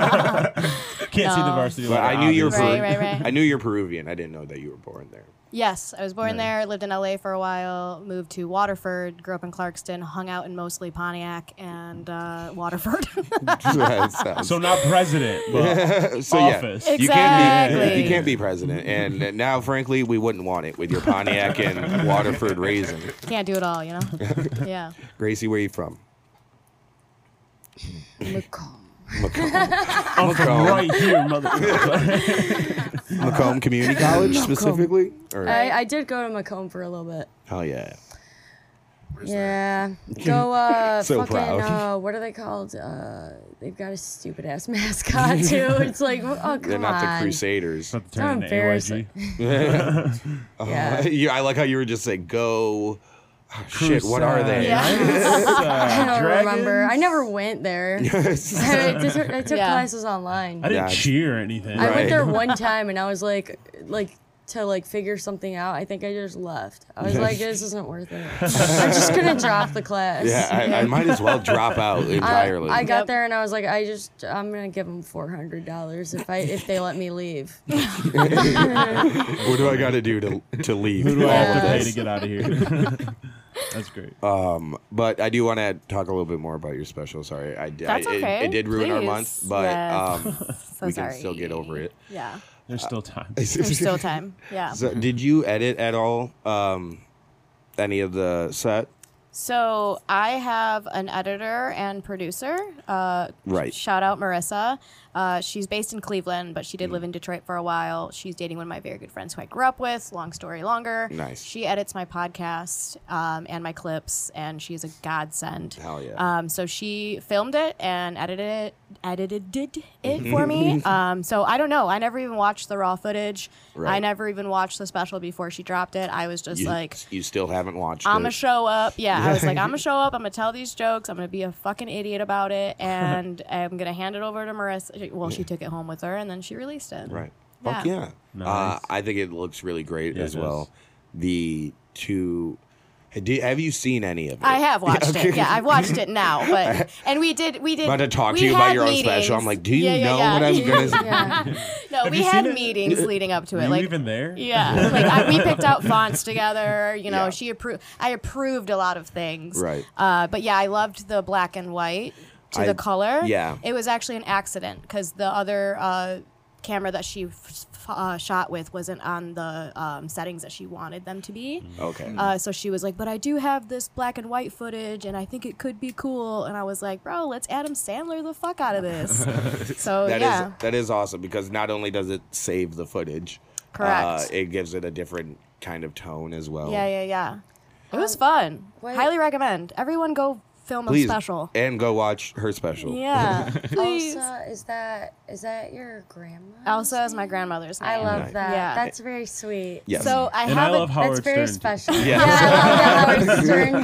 Can't see the varsity.
But I knew you were
Right,
Peru-
right, right.
I knew you're Peruvian. I didn't know that you were born there.
Yes, I was born there, lived in LA for a while, moved to Waterford, grew up in Clarkston, hung out in mostly Pontiac and uh, Waterford.
That sounds-
So not president, but
so
Office.
yeah, you can't be
Exactly.
you can't be president. And now, frankly, we wouldn't want it with your Pontiac and Waterford raisin.
Can't do it all, you know? yeah.
Gracie, where you from?
Macomb.
Macomb,
I'm from
Macomb.
right here, motherfucker.
Macomb Uh, Community College specifically. Or,
I, I did go to Macomb for a little bit.
oh yeah,
Yeah. Go uh
So
fucking
proud.
uh what are they called? Uh they've got a stupid ass mascot too. It's like oh come
they're not
on.
the Crusaders.
About to turn into AYG.
embarrassing. Yeah.
You- Oh, I like how you were just saying go. oh, shit, what are they?
Yeah.
I don't remember. I never went there. I, just, I took
Yeah.
classes online.
I
Yeah.
didn't cheer or anything.
I
Right.
went there one time and I was like, like to like figure something out, I think I just left. I was like, this isn't worth it. I'm just gonna drop the class.
Yeah, I, I might as well drop out
I,
entirely.
I got
Yep.
there and I was like, I just I'm gonna give them four hundred dollars if I if they let me leave.
what do I got to do to to leave?
Who do I
all
have
of
to pay
this?
to get out of here? That's great.
Uh, But I do want to talk a little bit more about your special. Sorry, I, did.
That's okay.
It, it did ruin our
Please.
month, but
Yes.
um,
So
we
sorry.
can still get over it.
Yeah.
There's still time.
There's still time. Yeah.
So, did you edit at all? Um, any of the set?
So I have an editor and producer. Uh,
Right.
Shout out Marissa. Uh, she's based in Cleveland, but she did
Mm.
live in Detroit for a while. She's dating one of my very good friends who I grew up with. Long story longer.
Nice.
She edits my podcast um, and my clips, and she's a godsend.
Hell yeah.
Um, so she filmed it and edited it, edited did
Mm-hmm.
it for me. Um, so I don't know. I never even watched the raw footage. I
Right.
never even watched the special before she dropped it. I was just
You,
like,
you still haven't watched
I'm
it.
gonna show up. Yeah, I was like, I'm gonna show up. I'm gonna tell these jokes. I'm gonna be a fucking idiot about it, and I'm gonna hand it over to Marissa. Well, she took it home with her, and then she released it.
Right.
Yeah.
Fuck yeah. Uh,
Nice.
I think it looks really great
Yeah,
as
it
well. The two. Do, have you seen any of it?
I have watched
okay.
it. Yeah, I've watched it now. But and we did we did
About to talk to
we
you about
had
your own
meetings.
special. I'm like, do you
Yeah, yeah,
know
yeah.
what I'm gonna? say?
Yeah.
No, we
you
had
seen it?
meetings leading up to
Were
it.
you
Like
even there?
Yeah, like I, we picked out fonts together. You know,
Yeah.
she approved. I approved a lot of things.
Right.
Uh, but yeah, I loved the black and white to
I-
the color.
yeah.
It was actually an accident because the other uh, camera that she f- f- uh, shot with wasn't on the um, settings that she wanted them to be.
Okay.
Uh, so she was like, "But I do have this black and white footage, and I think it could be cool." And I was like, "Bro, let's Adam Sandler the fuck out of this." so
That is
Oh, yeah,
that is awesome because not only does it save the footage, uh,
Correct.
it gives it a different kind of tone as well.
Yeah, yeah, yeah. It was fun.
Um, wait.
Highly recommend. Everyone go film
Please
a special.
and go watch her special.
Yeah, please. Elsa.
Elsa, is that is that your grandma?
is my grandmother's name.
I love that.
Yeah.
That's very sweet.
Yes.
So I
And
have
I
a-
love Howard
That's very
Stern.
special. Yeah, I love that Howard Stern joke.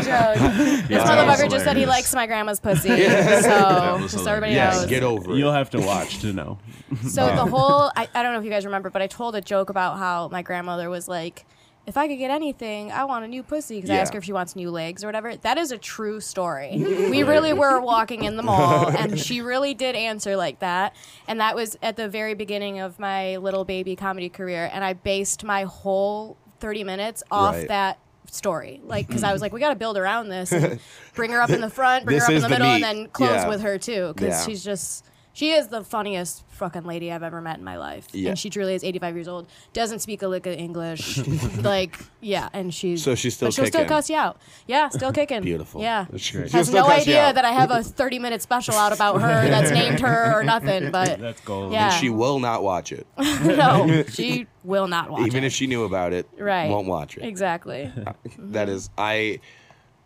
that
this
was
motherfucker just said he
hilarious.
likes my grandma's pussy.
That
So
was
just so everybody
hilarious.
Yes,
knows.
get over
You'll
it.
have to watch to know.
So the whole I, I don't know if you guys remember, but I told a joke about how my grandmother was like, if I could get anything, I want a new pussy because I
Yeah.
asked her if she wants new legs or whatever. That is a true story. we really were walking in the mall and she really did answer like that. And that was at the very beginning of my little baby comedy career. And I based my whole 30 minutes off
Right.
that story. Like, because I was like, we got to build around this and bring her up in the front, bring
This
her up in
is
the
the
middle,
meat.
and then close
Yeah.
with her too because
Yeah.
she's she's just she is the funniest fucking lady I've ever met in my life.
Yeah.
And she truly is 85 years old. Doesn't speak a lick of English. like, yeah, and she's
So she's still
but she'll still
kicking.
cuss you out. Yeah, still kicking.
Beautiful.
Yeah.
That's great. She'll
Has
still
no
cuss you
idea
out.
that I have a 30 minute special out about her that's named her or nothing, but
That's gold.
Yeah.
She will not watch it,
no, she will not watch
even Uh,
it.
if she knew about it.
Right. mm-hmm.
Won't watch it.
exactly.
That is I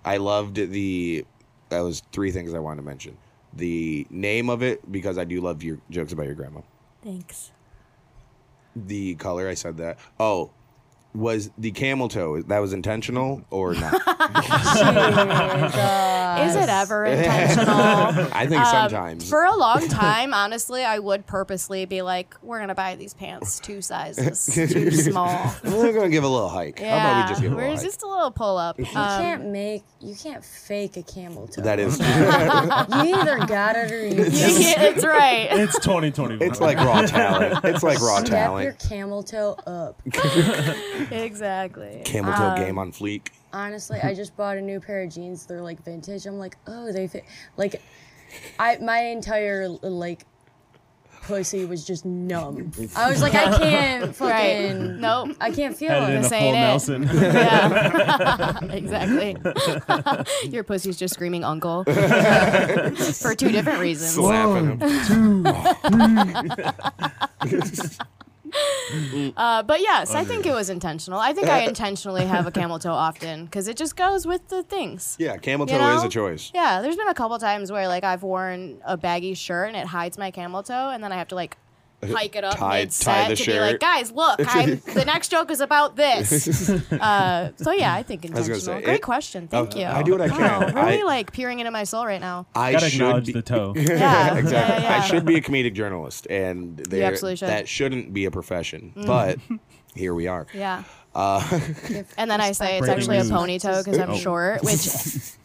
I loved the that was three things I wanted to mention. The name of it because I do love your jokes about your grandma.
Thanks.
The color I said that. Oh, was the camel toe that was intentional or not?
Is it ever intentional?
I think
Um,
sometimes.
For a long time, honestly, I would purposely be like, we're going to buy these pants two sizes too small.
We're gonna give a little hike. How about we just give a
we're
little hike?
just a little pull up.
You
Um,
can't make, you can't fake a camel toe.
That is.
You either got it or you
you
don't.
can't- that's right.
It's 2021.
It's like raw talent. It's like raw
Step your
talent.
camel toe up.
exactly.
Camel toe
um,
game on fleek.
Honestly, I just bought a new pair of jeans. They're like vintage. I'm like, oh, they fit. Like, I my entire like pussy was just numb. I was like, I can't
Right.
fucking.
Nope.
I can't feel
Headed in a
it.
This
full
ain't it.
Nelson.
Yeah. exactly. Your pussy's just screaming uncle for two different reasons.
Slapping him.
Uh, but yes, I think it was intentional. I think I intentionally have a camel toe often because it just goes with the things.
Yeah, camel toe
You know?
is a choice.
Yeah, there's been a couple times where like I've worn a baggy shirt and it hides my camel toe, and then I have to like hike it up
Uh, Tie-
mid set
tie the
to be like,
shirt.
guys, look, I'm, the next joke is about this. Uh, so yeah, I think
was
intentional.
gonna say,
Great
it-
question, thank
I-
you.
I do what I
Wow,
can.
really
I-
like peering into my soul right now.
I
Gotta
should
acknowledge
be,
the toe.
Yeah,
exactly.
yeah, yeah.
I should be a comedic journalist, and there-
absolutely should. Mm.
that shouldn't be a profession. But here we are.
Yeah.
If-
And then I say it's
Breaking
actually a
news.
ponytail because I'm
Uh, Oh.
short, which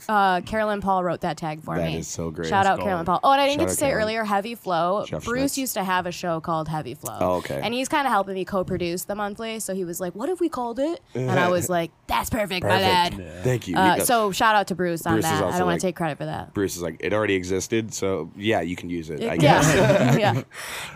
uh, Carolyn Paul wrote that tag for
That
me.
is so great.
Shout out
Gold.
Carolyn Paul. Oh, and I
Shout
didn't get to
out
say
Carolyn.
earlier, Heavy Flow.
Chef
Bruce
Schmitz.
used to have a show called Heavy Flow.
Oh, okay.
And he's kind of helping me co-produce the monthly, so he was like, "What if we called it?" And I was like, "That's perfect, my
Perfect.
bad."
Thank you.
Uh,
You-
so shout out to Bruce on
Bruce is
that. I
also
don't want
like-
to take credit for that.
Bruce is like, it already existed, so yeah, you can use it. I guess.
Yeah, yeah,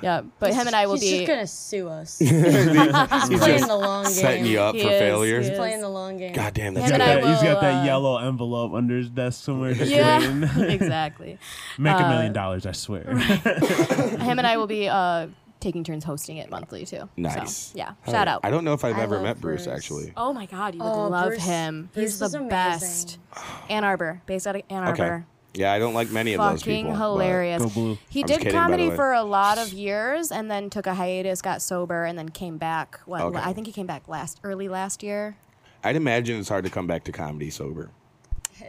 yeah. But him and I will
He's
be.
just gonna sue us. He's playing the long game.
Setting you up
He
for
is,
failure.
he
He's
is.
playing the long game.
God damn,
Him
that's
and I
good.
Yeah, he's got
will,
that
uh,
yellow envelope under his desk somewhere. Just
yeah, Uh,
waiting.
exactly.
Make a million dollars, I swear.
Him and I will be uh, taking turns hosting it monthly too. So,
Nice.
yeah.
Hell
Shout
yeah.
out.
I don't know if I've
I
ever
love
met Bruce,
Bruce.
actually.
Oh my God, you would
Oh,
love
Bruce-
him. He's
Bruce
the
is amazing.
best. Ann Arbor, based out of Ann
Okay.
Arbor.
Yeah, I don't like many of those
Fucking
people. but-
hilarious.
Go blue.
He
I'm
did
kidding, by the
comedy
way.
for a lot of years and then took a hiatus, got sober, and then came back. What
Okay.
I think he came back last early last year.
I'd imagine it's hard to come back to comedy sober.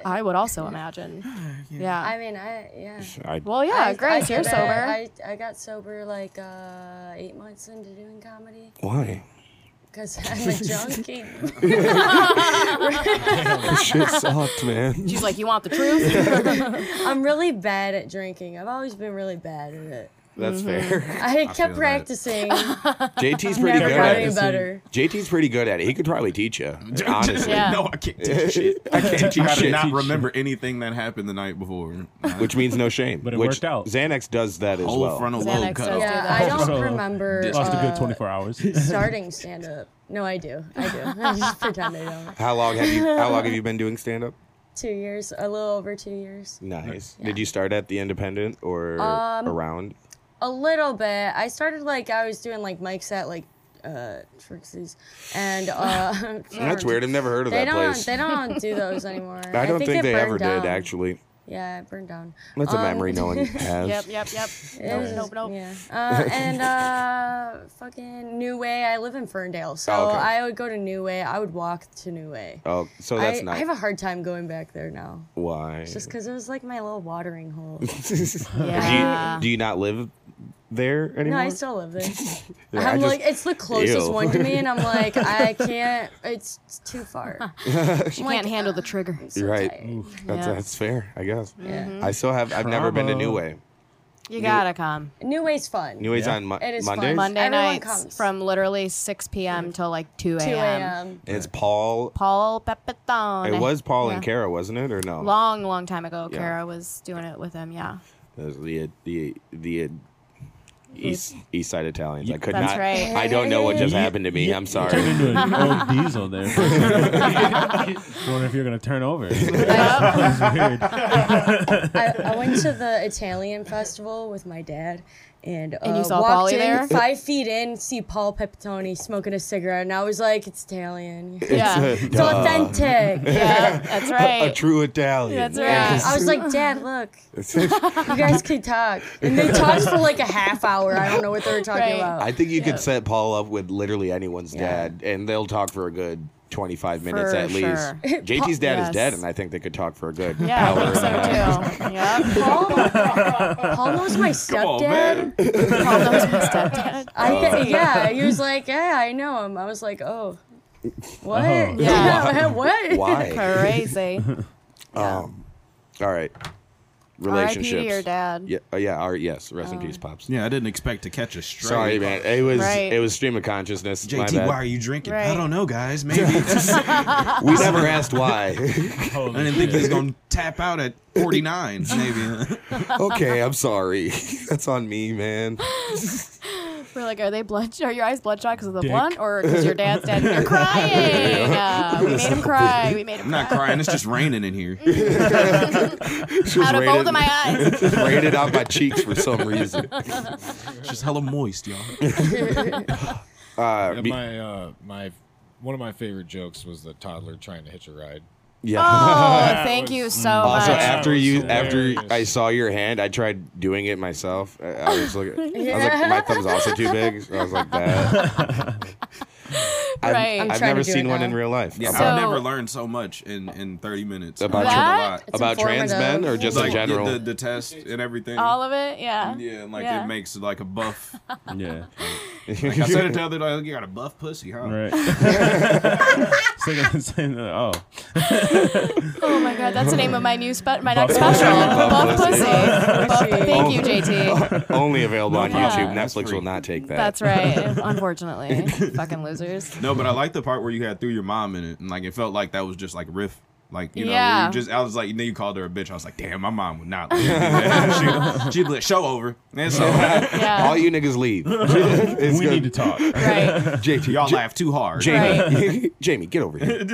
I would also imagine. Yeah.
I mean, I yeah.
I,
well, yeah,
I,
Grace,
I
you're
did
sober.
that. I, I got sober like uh, eight months into doing comedy
why?
because I'm a junkie.
Shit sucked, man.
She's like, you want the truth?
I'm really bad at drinking. I've always been really bad at it.
That's fair.
I,
feel that.
kept practicing. Mm-hmm. Never
JT's pretty good
got
at
any
it.
better.
JT's pretty good at it. He could probably teach you. Honestly.
Yeah.
no, I can't teach you shit.
I can't
You
teach
gotta
shit.
not remember anything that happened the night before.
Which means no shame.
But it
which
worked out.
Xanax does that as
Whole
well.
frontal
Xanax
lobe cut
does
off.
that.
Yeah, I don't
Oh.
remember
Lost a
uh,
good 24 hours.
starting stand up. No, I do. I do. I just pretend I don't.
How long have you how long have you been doing stand up?
Two years, a little over two years.
Nice. Did you start at the independent or
Um,
around?
A little bit. I started like I was doing like mics at like uh Trixie's and uh
That's weird. I've never heard of
They
that
don't
place.
they don't do those anymore.
I don't think,
it
they
burned
ever did
down.
actually.
Yeah, it burned down.
That's a
Um,
memory no one has.
yep, yep, yep.
it was
Nope,
just-
nope.
Yeah. Uh, and uh fucking New Way. I live in Ferndale. So
Oh, okay.
I would go to New Way. I would walk to New Way.
Oh, so that's
I,
not
I have a hard time going back there now.
why.
Just because it was like my little watering hole.
do,
Yeah.
you, do you not live there
No,
anymore?
I still live there.
Yeah, I
I'm
just-
like, it's the closest
Ew.
one to me, and I'm like, I can't. It's, it's too far.
She can't handle the trigger.
So
You're right.
tired.
That's,
Yeah.
that's fair, I guess.
Mm-hmm.
Yeah.
I still have. I've never been to
Trauma.
New Way.
You gotta come.
New Way's fun.
New Way's
Yeah.
on Mo-
It is fun.
Mondays.
Monday
Everyone
nights
comes.
from literally 6 p.m. till like 2
2
a.m.
a.m.
And It's Paul.
Paul Pepitone.
It was Paul and
Yeah.
Kara, wasn't it, or no?
Long, long time ago,
Yeah.
Kara was doing it with him. Yeah.
It was the the the East East Side Italians. I could
That's
not.
right.
I don't know what just
You-
happened to me. I'm
Turned
sorry.
into an old diesel there. I wonder if you're gonna turn over. That's weird.
I, I went to the Italian festival with my dad, and, uh,
you saw
walked
Pauly
in
there?
five feet in, see Paul Pepitone smoking a cigarette, and I was like, it's Italian. It's
Yeah.
Duh.
authentic.
yeah. That's right.
A true Italian.
That's
Yeah.
right.
I was like, Dad, look, you guys could talk. And they talked for like a half hour. I don't know what they were talking
Right.
about.
I think you could set Paul up with literally anyone's
Yeah.
dad, and they'll talk for a good 25 minutes
For
at
sure.
least. JT's dad
Yes.
is dead, and I think they could talk for a good
Yeah,
hour.
I think
and a half.
so too. Yeah.
Paul, Paul knows my
on,
stepdad.
Paul knows my stepdad.
I
Oh.
th- yeah, he was like, yeah, I know him. I was like, oh, what?
Oh.
Yeah.
what?
Why?
Crazy.
Um, all right.
R.I.P.
Relationships.
to your dad. Uh,
Yeah. Oh, yeah. All right. Yes. Rest in peace, pops.
Yeah, I didn't expect to catch a stray.
Sorry, man. It was
Right.
it was stream of consciousness. My
JT,
bad.
why are you drinking?
Right.
I don't know, guys. Maybe I
We never asked why.
Holy
didn't think he was gonna tap out at 49. Maybe.
okay, I'm sorry. That's on me, man.
We're like, are they bloodshot? Are your eyes bloodshot because of the
Dick.
blunt, or because your dad's dead? And you're crying. Uh, we made him cry. We made him
I'm not
cry.
crying. It's just raining in here.
She was
Out of
rated,
both of my eyes.
rated out my cheeks for some reason.
It's just hella moist, y'all.
Uh,
Yeah,
be-
my uh, my one of my favorite jokes was the toddler trying to hitch a ride.
yeah.
Oh, thank you so
Also,
much.
after
was
you, after
hilarious.
I saw your hand, I tried doing it myself. I, I was looking. I was like, my thumb's also too big. So I was like that. I've,
Right. I'm
I've
trying
never
to do
seen
it
one in
now.
real life.
Yeah,
About,
So-
I've never learned so much in, in 30 minutes.
about,
I learned
That?
a lot.
It's
about trans men or
informative.
just in
Like
general?
The, the test and everything.
All of it. Yeah.
yeah, and like
Yeah.
it makes like a buff.
Yeah.
Like I said it the other day, like, you got a buff pussy, huh?
Right. Singing- singing, uh, oh,
Oh my god, that's the name of my new spe- my next
Buff-
special.
Buff
Buff
Pussy.
Pussy. Buff- thank you, JT.
Only available on
Yeah.
YouTube. Netflix will not take that.
That's right. Unfortunately, fucking losers.
No, but I like the part where you had threw your mom in it, and like it felt like that was just like riff. Like you know,
Yeah.
where you just I was like, then you called her a bitch. I was like, damn, my mom would not. Let me do that. she, she'd be like, show over. And so
All
Yeah.
you niggas leave. It's
we
good.
need to talk.
Right.
JT,
y'all
J-
laugh too hard.
Jamie, Jamie, get over here.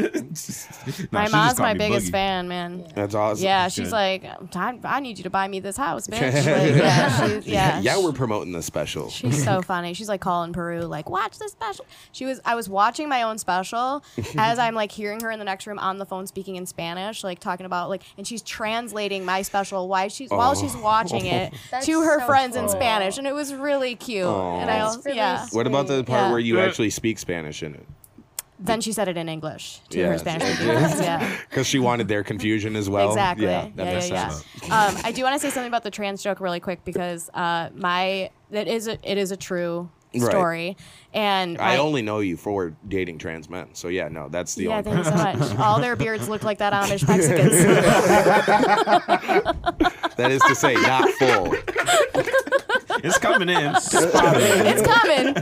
My mom's my biggest fan, man.
That's awesome.
Yeah, she's
good.
like, I, I need you to buy me this house, bitch. Like, yeah, she's, yeah,
Yeah, we're promoting the special.
She's so funny. She's like calling Peru, like, watch this special. She was I was watching my own special as I'm like hearing her in the next room on the phone speaking in Spanish, like talking about like and she's translating my special while she's while she's
Oh.
watching it
That's
to her
so
friends in
cool.
Spanish. And it was really cute. And I
That's
also
really
yeah.
sweet.
What about the part
Yeah.
where you actually speak Spanish in it?
Then she said it in English to
Yeah,
her Spanish speaking friends. Yeah.
Because she wanted their confusion as well.
Exactly.
Yeah, that
yeah,
makes
yeah,
sense.
yeah. Um, I do want to say something about the trans joke really quick because uh, my that is a, it is a true
Right.
story, and
I
my-
only know you for dating trans men. So yeah, no, that's the
yeah,
only.
thanks so much. All their beards look like that Amish Mexicans.
That is to say, not full.
It's coming in.
it's coming.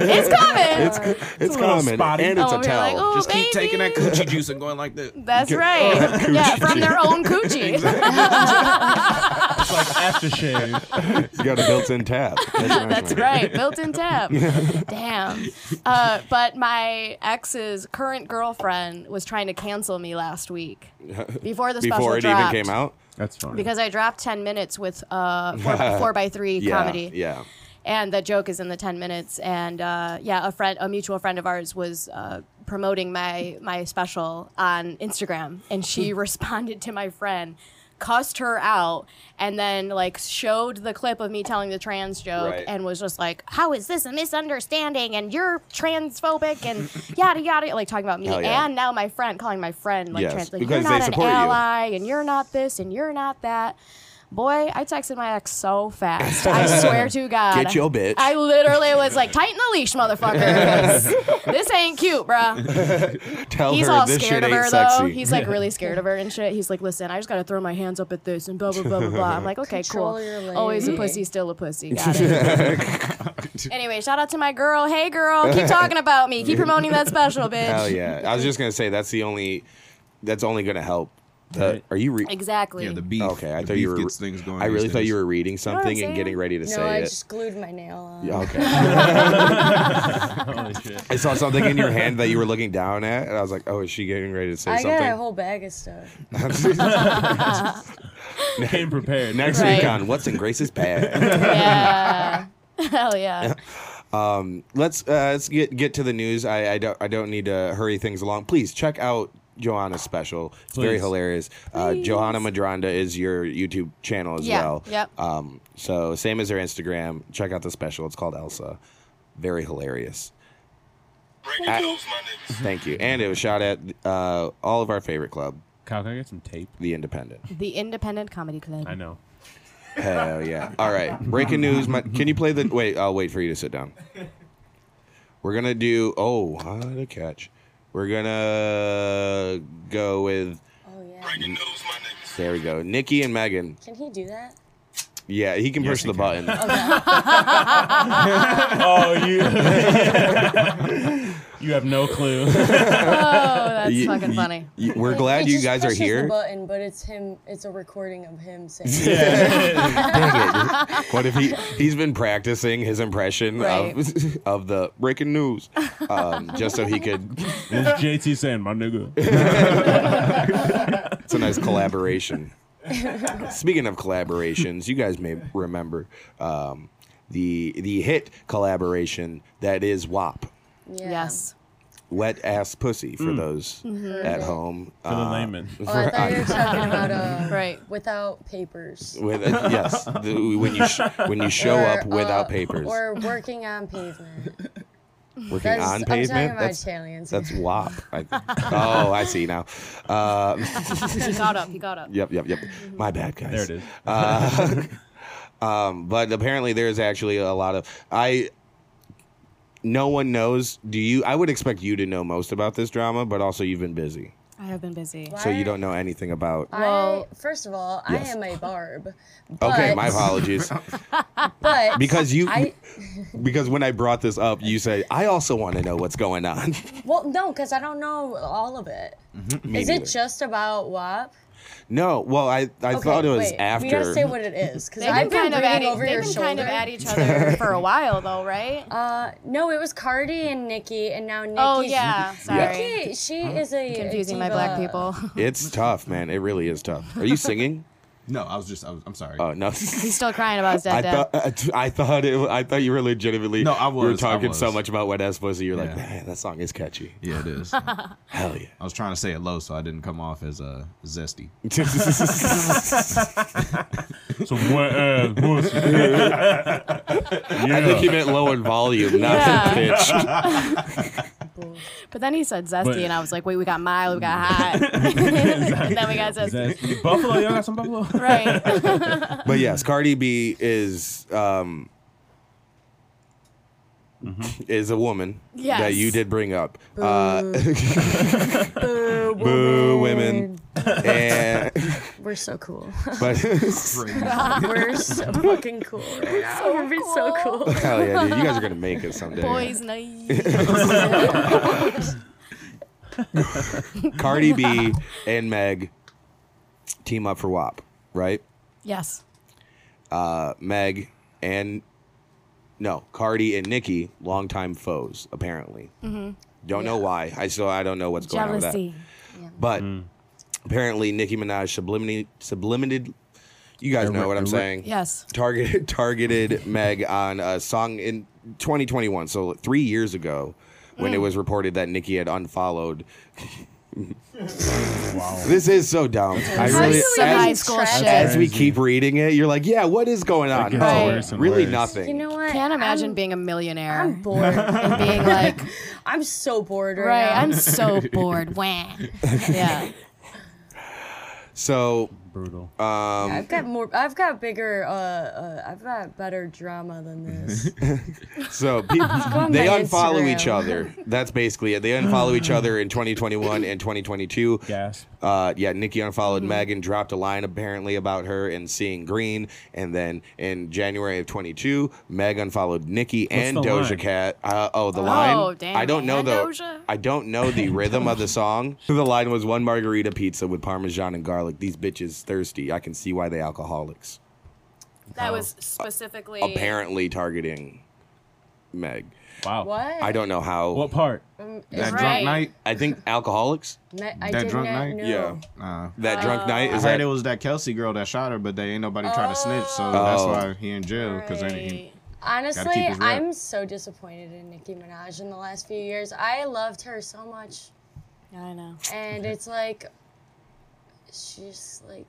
It's coming.
It's
little
common,
spotty.
and it's
Oh,
a
we're
tell.
like, "Ooh,
Just keep
baby."
taking that coochie juice and going like this.
That's right. yeah, from their own coochie.
It's like aftershave.
You got a built-in tap.
That's right. Built-in tap. Damn. Uh, but my ex's current girlfriend was trying to cancel me last week before the special
Before it
dropped.
even came out.
That's funny.
because I dropped 10 minutes with uh, four, by, four by three
Yeah,
comedy.
Yeah.
And the joke is in the 10 minutes. And uh, yeah, a friend, a mutual friend of ours was uh, promoting my, my special on Instagram. And
Hmm.
she responded to my friend, cussed her out, and then like showed the clip of me telling the trans joke
Right.
and was just like, how is this a misunderstanding? And you're transphobic and yada, yada, like talking about me.
Hell yeah.
And now my friend calling my friend, like,
Yes,
trans, like
because
you're
they
not an
support you."
ally and you're not this and you're not that. Boy, I texted my ex so fast. I swear to God.
Get your bitch.
I literally was like, tighten the leash, motherfucker. 'cause This ain't cute, bruh.
Tell
He's
her
all
this shit
scared of
ain't
her, though.
sexy.
He's like really scared of her and shit. He's like, listen, I just got to throw my hands up at this and blah, blah, blah, blah, blah. I'm like, okay,
Control your
cool.
lane.
Always a pussy, still a pussy. Got it. anyway, shout out to my girl. Hey, girl. Keep talking about me. Keep promoting that special, bitch.
Hell yeah. I was just gonna say that's the only. That's only gonna help. The-
Right.
Are you? Re-
Exactly.
Yeah, the beef.
okay, I
the
thought
beef
you were.
gets things going.
I really
these
thought you
days.
were reading something and
saying?
getting ready to
Uh, No,
say
I
it.
just glued my nail on.
Yeah, Okay.
Holy shit.
I saw something in your hand that you were looking down at, and I was like, "Oh, is she getting ready to say
I got a
something?"
whole bag of stuff.
Came prepared.
Next
Right.
week on What's in Grace's Bag.
yeah. Hell yeah.
let's uh, let's get get to the news. I, I don't I don't need to hurry things along. Please check out Johanna's special. It's very
Please.
hilarious. Uh, Johanna Madranda is your YouTube channel as
Yeah,
well.
yep.
Um, so same as her Instagram. Check out the special. It's called Elsa. Very hilarious. I- thank you. And it was shot at uh, all of our favorite club,
Kyle, can I get some tape?
The Independent.
The Independent Comedy Club.
I know.
Hell yeah! All right, breaking news. My, can you play the? Wait, I'll wait for you to sit down. We're gonna do. Oh, what a catch! We're gonna go with.
Oh yeah.
There we go. Nikki and Megan.
Can he do that?
Yeah, he can push
he
the
can.
button.
Oh, you. you have no
Oh,
clue.
that's
Ye-
fucking funny.
Y- We're glad
He
you
just
guys are
pushes the
here.
button, but it's him. It's a recording of him saying.
Dang it. What if he he's been practicing his impression of of the breaking news, um, just so he could.
It's JT saying, my nigga.
It's a nice collaboration. Speaking of collaborations, you guys may remember um, the the hit collaboration that is WAP,
Yeah.
Yes.
Wet Ass Pussy, for those at home.
For the
Uh,
layman.
Oh, I thought you were talking about uh,
Right.
without papers.
with, uh, yes, the- when you sh- when you show
Or,
up without
uh,
papers,
Or working on pavement.
working
That's,
on
I'm talking
pavement.
about
That's
Italians.
that's WAP. I, oh, I see now. Uh,
He got up. He got up.
yep, yep, yep. My bad, guys.
There it is.
Um, but apparently there's actually a lot of I no one knows. Do you? I would expect you to know most about this drama, but also you've been busy,
I have been busy.
so you
Why-
don't know anything about.
Well,
Well-
I, first of all,
Yes.
I am a barb. But,
Okay, my apologies.
But
Because you,
I
because when I brought this up, you say I also want to know what's going on.
well no, because I don't know all of it. Is
Mm-hmm, Me
it
neither.
just about WAP?
No, well, I I thought it was
wait,
after.
We gotta say what it is, because
They've been,
I've been
kind of, at,
reading
e-
over
they've
your
been
shoulder.
kind of at each other for a while, though, right?
uh, no, it was Cardi and Nikki, and now Nikki.
oh, yeah. Sorry.
Nikki, she is a
Confusing
a
my black
diva.
people.
It's tough, man. It really is tough. Are you singing?
No, I was just. I was, I'm sorry.
Oh no.
He's still crying about his
I
dead dad.
thought I th- I thought it, I thought you were legitimately.
No, I
You were
was, I
talking so
was.
much about wet ass pussy. You're like,
Yeah.
man, that song is catchy.
yeah, it is. I
Hell yeah.
was trying to say it low so I didn't come off as uh, zesty.
Some wet ass pussy.
I think
yeah.
you meant low in volume, not
Yeah.
pitch.
But then he said zesty,
But-
and I was like, wait, we got mild, we got hot. and then we got zesty.
Is that- buffalo, y'all got some buffalo?
Right.
But yes, Cardi B is um is a woman that
Yes.
you did bring up. Uh, boo women. and
We're so cool.
but
We're so fucking cool right now. We're being so cool.
Hell yeah, dude. You guys are going to make it someday.
Boys night.
Cardi B and Meg team up for WAP, right?
Yes.
Uh, Meg and no, Cardi and Nikki, longtime foes, apparently. Mm-hmm. Don't know why. I still I don't know what's going on with
Jealousy.
that. But apparently, Nicki Minaj subliminally subliminated. You guys know what I'm saying?
Yes.
targeted targeted Meg on a song in 2021, so three years ago, when it was reported that Nikki had unfollowed. wow, this is so dumb. I
Some
really,
do we
high
even
as,
school
track
shit.
as we
Crazy.
keep reading it, you're like, yeah, what is going on?
gets
Right.
worse and
really
worse.
nothing.
You know what?
Can't imagine
I'm,
being a millionaire
I'm bored.
and being like,
I'm so bored right,
right,
now.
I'm so bored. Wah. Yeah.
so
Brutal.
I've got more. I've got bigger. Uh, uh, I've got better drama than this.
So people, they
on my
unfollow
Instagram.
each other. That's basically it. They unfollow each other in 2021 and 2022.
Gasp.
Uh, yeah, Nikki unfollowed
Mm-hmm.
Megan, dropped a line apparently about her and seeing green. And then in January of 22, Meg unfollowed Nikki and
the
Doja
line?
Cat. Uh, oh, the line.
damn.
I don't know
And
though.
Doja?
I don't know the rhythm of the song. The line was one margarita pizza with parmesan and garlic. These bitches thirsty. I can see why they alcoholics.
That was specifically.
Apparently targeting Meg.
Wow.
Eh.
What?
I don't know how.
What part?
That
Right.
drunk night.
I think alcoholics.
Me- I
that
did
drunk
not
night?
know.
Yeah.
Uh,
That drunk night
I
is
heard
that
it was that Kelsey girl that shot her, but they ain't nobody trying to snitch, so that's
Oh.
why he in jail because
Right.
keep
Honestly,
his rep.
I'm so disappointed in Nicki Minaj in the last few years. I loved her so much,
I know.
and it's like she's like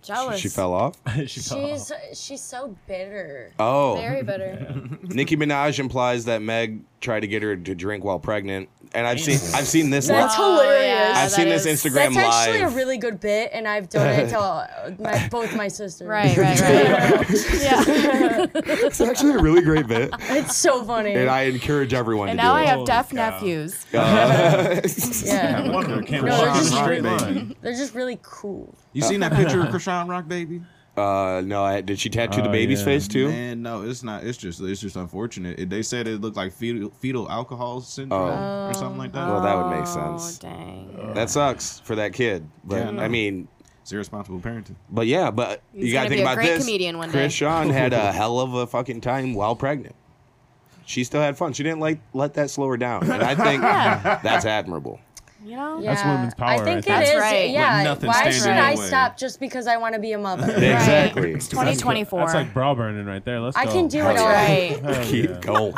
Jealous.
she fell off.
she fell
she's she's so bitter.
Oh,
Very bitter.
Nicki Minaj implies that Meg tried to get her to drink while pregnant, and I've seen I've seen this one.
That's
Oh,
hilarious.
yeah,
I've
that
seen this
is-
Instagram
That's actually
live.
a really good bit, and I've done it to all- my, both my sisters.
Right, right, right. yeah.
it's actually a really great bit,
It's so funny.
and I encourage everyone
And
to
now
do
I
it.
have
Holy
deaf
cow.
nephews.
yeah,
off. Can't
No,
walk
it's
in a
just
straight
straight
line.
they're just really cool.
You seen that picture of Krishan Rock Baby?
uh, no, I, did she tattoo the
Oh,
baby's
yeah.
face too?
Man, no, it's not. It's just it's just unfortunate. It, they said it looked like fetal, fetal alcohol syndrome or something like that.
Well, that would make
Oh,
sense.
dang.
That sucks for that kid, but
Yeah, no.
I mean,
it's irresponsible parenting.
but yeah, but you
He's
gotta
gonna
think
be a
about
great
this.
comedian one day.
Chris Sean had a hell of a fucking time while pregnant. She still had fun. She didn't like let that slow her down, and I think
Yeah.
that's admirable.
You know?
Yeah.
That's women's power
I
right
think it is.
there.
That's right.
With
Yeah.
nothing
Why
standing
should
in
I
the way.
stop just because I want to be a mother?
Exactly.
It's 2024.
That's like Brauburn in right there. Let's go.
I can do it
That's
all.
right.
Hell
Keep
yeah.
going.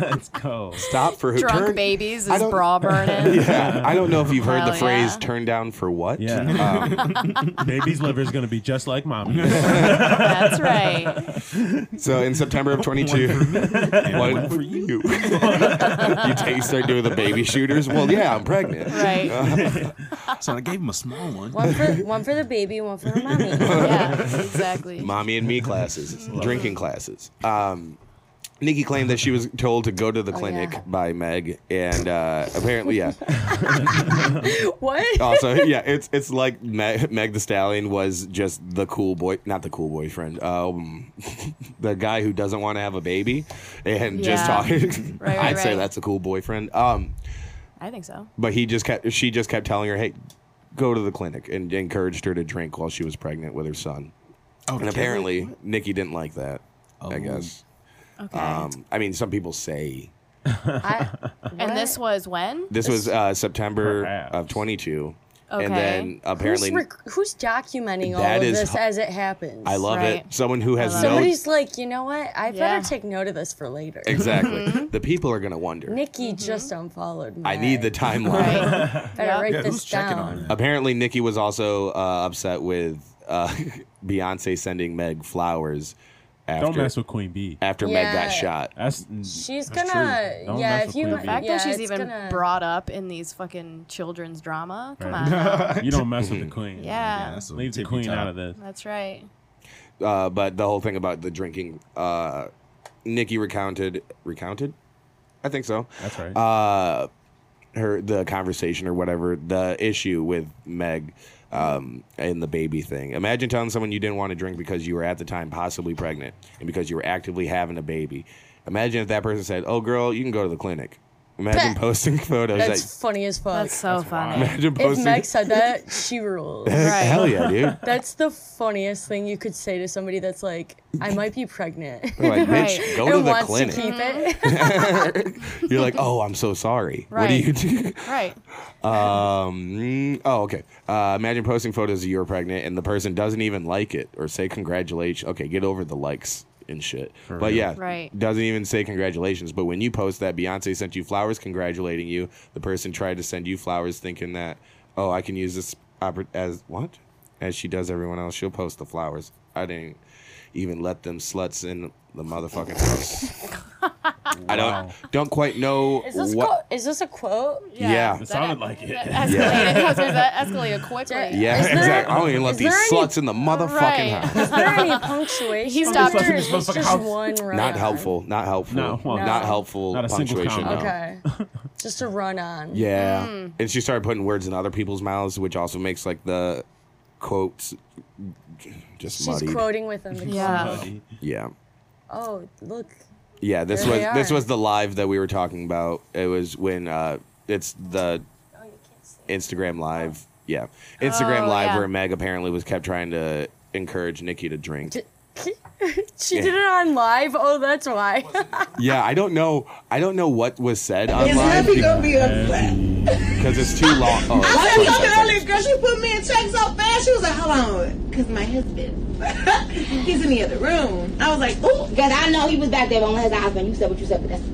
Let's go.
Stop for who?
Drunk
turn-
babies
I
is
don't-
bra burning.
Yeah, I don't know if you've heard the
Hell
phrase
yeah.
"turn down for what."
Yeah. Um, Baby's liver is going to be just like mommy.
That's right.
Uh, So in September of 22, one, for you. you take, start doing the baby shooters. Well, yeah, I'm pregnant.
Right.
So I gave him a small one.
One for one for the baby, one for the mommy.
Yeah, exactly.
Mommy and me classes, drinking classes. Um, Nikki claimed that she was told to go to the
Oh,
clinic
yeah.
by Meg, and uh, apparently, yeah.
What?
Also, yeah, it's it's like Meg, Meg the Stallion was just the cool boy, not the cool boyfriend, um, the guy who doesn't want to have a baby, and just
Yeah.
talking.
Right, right,
I'd say
right.
that's a cool boyfriend. Um,
I think so.
but he just kept she just kept telling her, "Hey, go to the clinic," and encouraged her to drink while she was pregnant with her son.
Oh,
and apparently, Nikki didn't like that. I guess.
Okay.
Um, I mean, some people say
I,
and this was when?
this was uh, September
Perhaps.
of 22,
Okay.
and then apparently
who's, rec- who's documenting all
That
of
is
this
hu-
as it happens?
I love
Right.
it. Someone who has
I love
no
Somebody's like, you know what? I
Yeah.
better take note of this for later.
exactly. the people are gonna wonder.
Nikki just unfollowed me.
I need the timeline.
Right.
Better
Mm-hmm. Yeah.
write
Yeah, who's
this
checking
down.
on that?
Apparently, Nikki was also uh, upset with uh, Beyonce sending Meg flowers after
Don't mess with Queen B.
after Meg
Yeah.
got shot.
That's mm,
She's
that's
gonna-
true. Don't
yeah,
mess
if
with
you-
Queen
The
Bee.
fact
Yeah,
that she's
it's
even
gonna-
brought up in these fucking children's drama. Come
Right.
on. now.
you don't mess with the queen.
Yeah.
that's a
Leave the
tippy
queen
top.
out of this.
That's right.
Uh, but the whole thing about the drinking, uh, Nikki recounted recounted, I think so.
That's right.
uh, her the conversation or whatever the issue with Meg um, and the baby thing. Imagine telling someone you didn't want to drink because you were at the time possibly pregnant and because you were actively having a baby. Imagine if that person said, "Oh, girl, you can go to the clinic." Imagine posting photos.
That's
That,
funny as fuck.
That's so funny.
imagine
if
posting.
Meg said that, she rules.
Right.
Hell yeah, dude!
That's the funniest thing you could say to somebody that's like, I might be pregnant.
You're like, bitch,
Right.
go to
and
the
wants
clinic.
to keep it.
Mm-hmm.
You're like, oh, I'm so sorry.
Right.
What do you do?
Right.
Um. mm, Oh, okay. Uh, imagine posting photos of you're pregnant and the person doesn't even like it or say congratulations. Okay, get over the likes and shit. but yeah,
Right.
Doesn't even say congratulations. But when you post that Beyonce sent you flowers congratulating you, the person tried to send you flowers thinking that oh I can use this oppor- as what as she does everyone else. She'll post the flowers. I didn't even let them sluts in the motherfucking house. I don't don't quite know
Is this,
what.
quote, is this a quote?
Yeah. It
that- e-
sounded like it.
That escalated, I was gonna say, that escalated quickly.
Yeah,
Is there-
exactly. I don't even let
is
these
there any- Oh,
sluts in the motherfucking
Right.
house.
Is there any punctuation?
He stopped
there?
her.
It's just one run.
Not helpful. Not helpful.
No, well,
not
no.
helpful
Not a single
punctuation.
comma.
no.
Okay. Hmm. just a run on.
Yeah. And she started putting words in other people's mouths, which also makes like the quotes just
She's
muddied.
quoting with him.
Yeah.
yeah.
Oh, look.
Yeah, this
There
was
they
this
are.
was the live that we were talking about. It was when uh it's the
Oh, you can't see. Oh.
Instagram live. Yeah. Instagram
Oh,
live
yeah.
where Meg apparently was kept trying to encourage Nikki to drink.
She did it on live. Oh, that's why.
Yeah, I don't know. I don't know what was said online
gonna be upset.
because it's too long. Oh, it's
I
27
said something
seconds.
earlier, girl. She put me in check so fast. She was like, "Hold on," because my husband, he's in the other room. I was like, "Ooh,
Because I know he was back there, but only his eyes when you said what you said, but that's.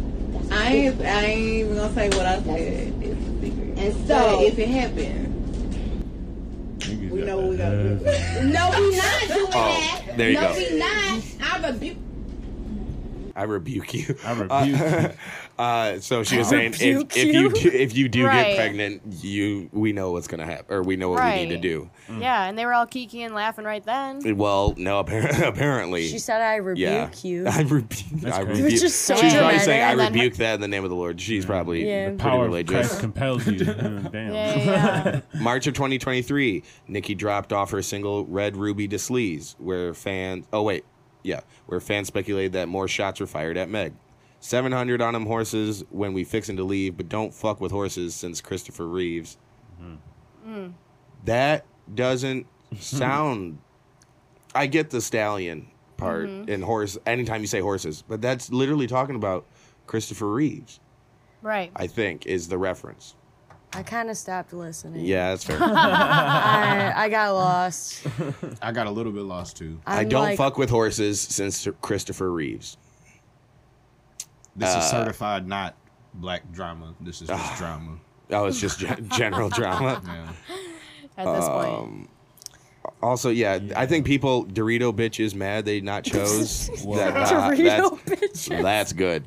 that's
I ain't, I ain't even gonna say what I said." It's a secret.
And
But
so.
if it happened, we know what we gotta do.
No, we not doing that.
Oh, there you
no,
go.
we not. I rebuke.
I rebuke you.
I rebuke you.
Uh, so she was saying, if,
rebuke
if you
you.
do, if you do
Right.
get pregnant, you we know what's gonna happen, or we know what we need to
Right.
do.
Yeah, and they were all kiki and laughing right then.
Well, no, appar- apparently,
She said, I rebuke
yeah.
you.
I rebuke. I
crazy.
rebuke.
Which is so
She's probably
dramatic.
saying, "I
And then her-
rebuke that in the name of the Lord." She's probably
Yeah.
pretty
Power of Christ
religious.
compels you. Mm, Damn.
Yeah, yeah, yeah.
March of 2023, Nikki dropped off her single "Red Ruby to Sleaze," where fans. Oh wait, yeah, where fans speculated that more shots were fired at Meg. 700 on them horses when we fixin' to leave, but don't fuck with horses since Christopher Reeves. That doesn't sound. I get the stallion part and horse. Anytime you say horses, but that's literally talking about Christopher Reeves.
Right.
I think is the reference.
I kind of stopped listening.
Yeah, that's fair.
I, I got lost.
I got a little bit lost too.
I'm
I don't
like,
fuck with horses since Christopher Reeves.
This is certified not black drama. This is just drama.
Oh, it's just gen- general drama.
Yeah.
At this point.
Also, yeah, I think people Dorito bitch is mad they not chose that.
Dorito
that's,
bitches.
that's good,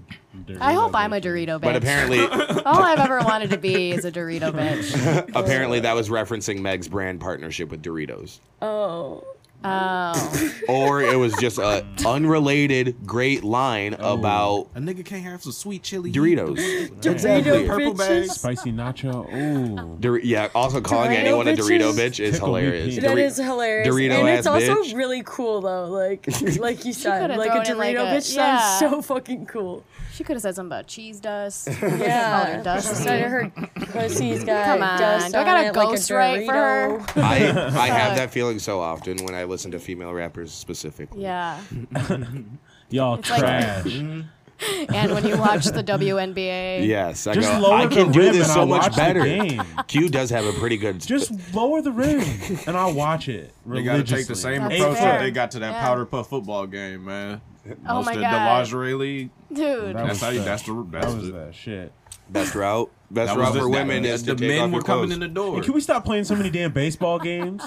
I hope I'm a Dorito bitch.
but apparently,
all I've ever wanted to be is a Dorito bitch.
apparently that was referencing Meg's brand partnership with Doritos.
Oh.
Oh,
or it was just a unrelated great line
Oh.
about
A nigga can't have some sweet chili
Doritos.
Dorito
Exactly.
Purple bags.
bitches.
Spicy nacho. Ooh.
Dor- yeah, also calling
Dorito
anyone a Dorito
bitches.
bitch is
Tickle me
hilarious.
pink.
That
Dori-
is hilarious,
Dorito
and
ass
it's also
bitch.
really cool though. Like, like you said,
coulda
like a
thrown in, like,
Dorito
a-
bitch
yeah.
sounds so fucking cool.
she could have said something about cheese dust.
Yeah,
dusty.
Said her pussy's got
Come on,
dust
do I
on
got a
it like
ghost right for her?
Dorito.
I, I have that feeling so often when I listen to female rappers specifically.
Yeah.
Y'all
like-
trash.
And when you watch the WNBA,
Yes, I,
Just
go,
lower
I can
the
do
rim
this
and
so
I'll
much
watch the
better.
game.
Q does have a pretty good.
Just lower the rim and I'll watch it.
They gotta take the same
That's
approach
fair.
that they got to that
Yeah.
powder puff football game, man.
Oh
Most
my
of
God.
the lingerie league.
dude.
That
That's
was
how you.
the-
That's the.
That
That's
was
the.
that shit.
best route. Best
That
route
was
for
the-
women
that-
is
the
to take
men
off
were
your
coming
clothes.
in the door.
Hey, can we stop playing so many damn baseball games?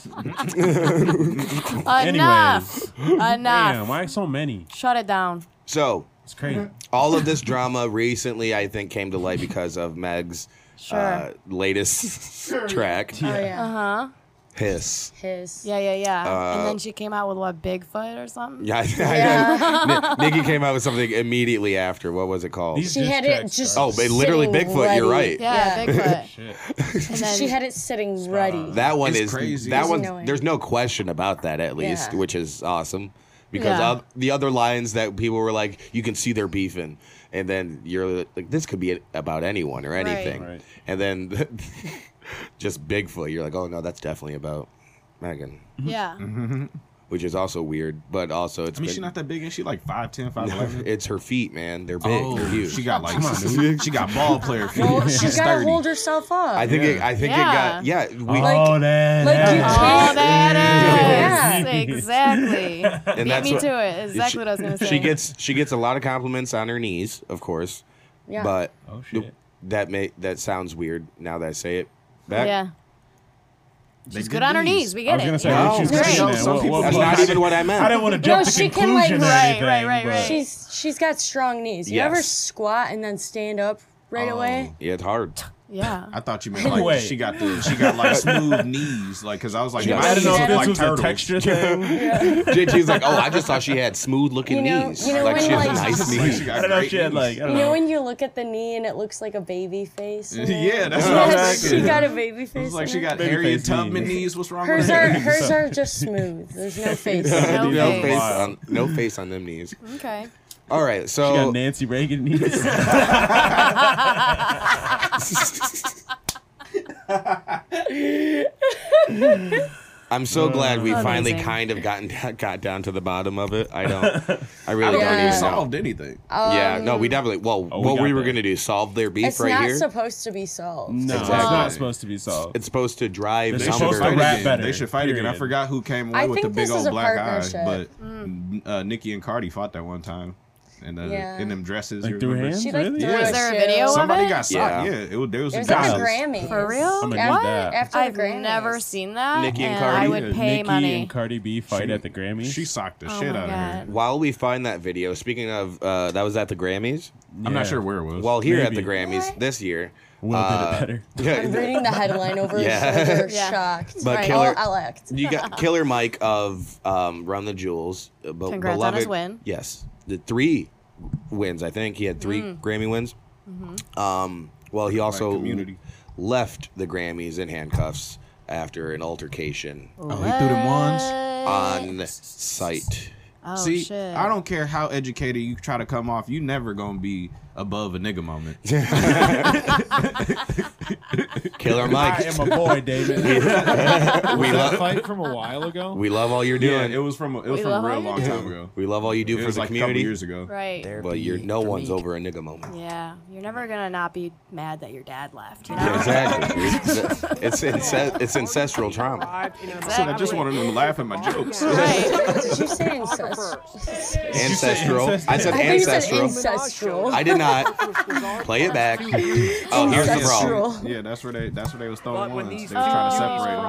Enough. Enough.
Damn, why so many?
Shut it down.
so
It's crazy.
all of this drama recently, I think, came to light because of Meg's
Sure.
uh, latest track,
Oh yeah,
Huh?
Hiss.
his.
Uh-huh. Yeah, yeah, yeah. and then she came out with what Bigfoot or something.
Yeah, I, I, Ni- Nikki came out with something immediately after. What was it called?
These
She
diss
had it
tracks
just.
are-
Oh, but literally
sitting
Bigfoot, you're
ready.
right.
Yeah, Bigfoot.
Shit.
and then
She had it sitting ready.
that one
It's
is
crazy.
That
There's
one,
no way.
there's no question about that at least,
Yeah.
which is awesome because
Yeah.
of the other lines that people were like, you can see they're beefing, and then you're like, this could be about anyone or anything,
Right.
and then just Bigfoot, you're like, oh no, that's definitely about Megan,
yeah.
which is also weird, but also it's
I mean,
been-
she's not that big, and she like 5'10", 5'11".
it's her feet, man, they're big,
Oh,
they're huge.
she got like she got ball player feet.
Well, she
She's
gotta
30.
hold herself up.
I think it, I think it got yeah. We,
oh, that.
like you
ass.
can't-
Oh, that
Yeah.
is exactly. Beat
that's
me
what-
to it. Exactly
she-
what I was gonna say.
She gets she gets a lot of compliments on her knees, of course.
Yeah.
But
Oh, shit.
that may that sounds weird now that I say it. That,
yeah.
They
She's
did
good on her
these.
knees. We
I
get it.
was gonna say,
Yeah.
No,
she's
Great.
great.
Some- some people-
That's not even what I meant.
I didn't want to jump
No,
to
she can,
conclusion
like,
or
right,
anything,
right, right,
but-
right.
She's she's got strong knees. You ever
Yes. Oh.
squat and then stand up right away?
yeah, it's hard.
Yeah.
I thought you meant like
Wait.
she got the she got like smooth knees, like because I was like,
She got
my
I don't know
knees
if this
look
was
turtles.
a texture thing.
She's like, oh, I just thought she had smooth looking
You know-
knees.
you know
like
when,
she has
like-
nice
Like,
knees.
she got
I don't know if
great
she had
knees.
like I
You
don't
know
know.
when you look at the knee and it looks like a baby face? in it?
yeah, that's what I
Yeah,
was
she
thinking.
got a baby face.
It was like
in
she
it.
got
Baby
Harriet
face
Tubman
knees.
knees. What's wrong with
Hers are
her?
hers are just smooth. There's no face.
No
no
face.
face on no face on them knees.
Okay.
All right,
She
Oh.
got
so
Nancy Reagan knees.
I'm so glad we finally
Amazing.
kind of gotten got down to the bottom of it. I don't. I really
Yeah. Oh,
don't even know.
solved anything.
Yeah, no, we definitely. Well,
Oh, we
what
got
we were
that.
gonna do? Solve their beef
Um, It's
right
not
here.
supposed to be solved.
No, it's
Exactly.
not supposed to be solved.
it's supposed to drive
They're
They
I'm
should
numbers.
supposed to
fight
rap
again.
better,
They should fight again. I
period.
forgot who came away
I
with the
think
big
this is
old
a
black eye,
partnership. Mm.
but uh, Nikki and Cardi fought that one time, and uh,
Yeah.
in them dresses. you
like through
remember?
hands,
She like
really?
threw
Yeah.
her
Was
there a
shoe.
video of
Somebody
it?
got shot.
Yeah.
Yeah, it was, there was,
It was
a
at
guy.
the Grammys.
For real?
I'm gonna
Af-
need that.
After
I've
the Grammys.
never seen that.
Nicki and
and
Cardi?
I would pay
Nicki
money.
and Cardi B fight at the Grammys.
She socked the
Oh
shit
my
out of her.
God.
While we find that video, speaking of, uh, that was at the Grammys.
I'm
Yeah.
not sure where it was.
Well, here at the
Maybe.
Grammys this year.
Will
uh,
did it better.
I'm
Yeah,
reading the headline over her
Yeah.
shoulder,
Yeah.
shocked.
But
right.
Killer-
I'll, I'll act.
you got Killer Mike of um, Run the Jewels. uh, be-
Congrats on his win.
Yes, the three wins. I think he had three
Mm.
Grammy wins.
Mm-hmm.
Um, well, he also
community.
left the Grammys in handcuffs after an altercation
Oh, he threw them ones.
Uh,
on site.
Oh,
See,
shit.
I don't care how educated you try to come off, you never gonna be above a nigga moment.
Killer
I
Mike,
am a boy, David.
We love fight from a while ago.
we love all you're
Yeah,
doing. Um,
it was from it was
We
from a
love
real
it.
long time ago.
we love all you do
It
for
was
the
like a couple
community.
years ago.
Right.
But you're no one's over a nigga moment.
Yeah. You're never gonna not be mad that your dad left. You know?
Yeah, exactly. it's ince- it's ancestral trauma.
So I just wanted him to laugh at my jokes.
Right.
Did you say incest?
Ancestral. I said
I think you said
ancestral.
ancestral.
I did not. Play it back. Oh, here's the problem.
Ancestral.
Yeah, that's where they that's where they was throwing ones. They was trying to separate them.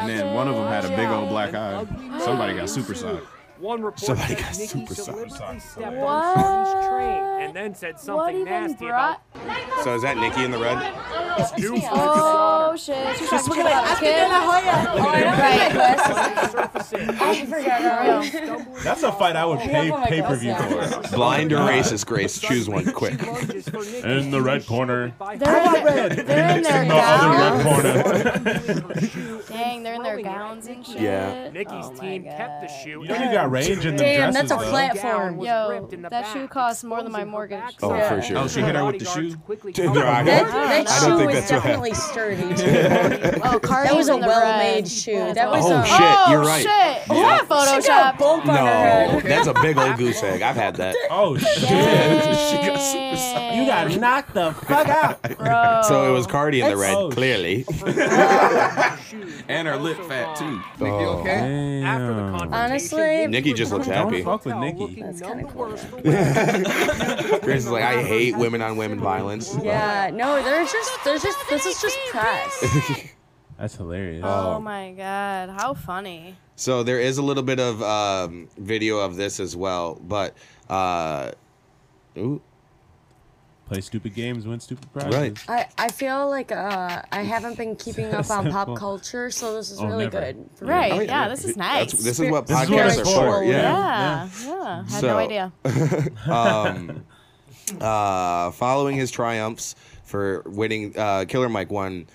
And then one of them had a big old black eye. Somebody got super socked.
One report
Somebody
said
got
Nikki
super
deliberately stepped
What?
on Sue's train and and then said
What
something
even
nasty
brought?
about.
So is that Nikki in the red?
Oh shit! She's talking shit about kids.
That's a fight I would pay pay per view for.
Blind or racist, Grace? Choose one quick.
In the red corner.
They're, in, they're in
Next
their
in the other
gowns.
red corner.
Dang, they're in their gowns and shit.
Yeah.
Oh
Nikki's team kept the shoe.
You know you got range in the
Damn,
dresses,
that's a
though.
flat-
Platform.
Yo, that shoe costs more than my mortgage.
Oh,
so-
for sure. Oh, she hit her with the shoe?
That, that shoe was definitely sturdy. too.
Oh,
that was a
in the
well-made
red. Oh,
shoe. That was
Oh
um,
shit, you're right.
Shit, is that
She got a
Photoshop?
bump on her
No,
head.
that's a big old goose egg. I've had that.
Oh
shit!
You got knocked the fuck out,
bro.
So it was Cardi in the
That's-
red,
Oh,
clearly.
and her lip fat too.
Honestly,
Nikki just looks happy.
Fuck with Nikki.
That's kind of cool. though.
Grace is like, I hate women on women violence.
Yeah, no, there's just, there's just, this is just press.
That's hilarious.
Oh my god, how funny!
So there is a little bit of um, video of this as well, but uh, ooh,
Play stupid games, win stupid prizes.
right.
I, I feel like uh, I haven't been keeping up on pop
Simple.
culture, so this is
Oh,
really
never.
good. for me.
Right?
Oh,
yeah, this is nice.
That's- this is what
This is what
podcasts
it's
are for.
for.
Yeah.
yeah, yeah. Had
So- uh,
no idea.
um, uh, following his triumphs for winning, uh, Killer Mike won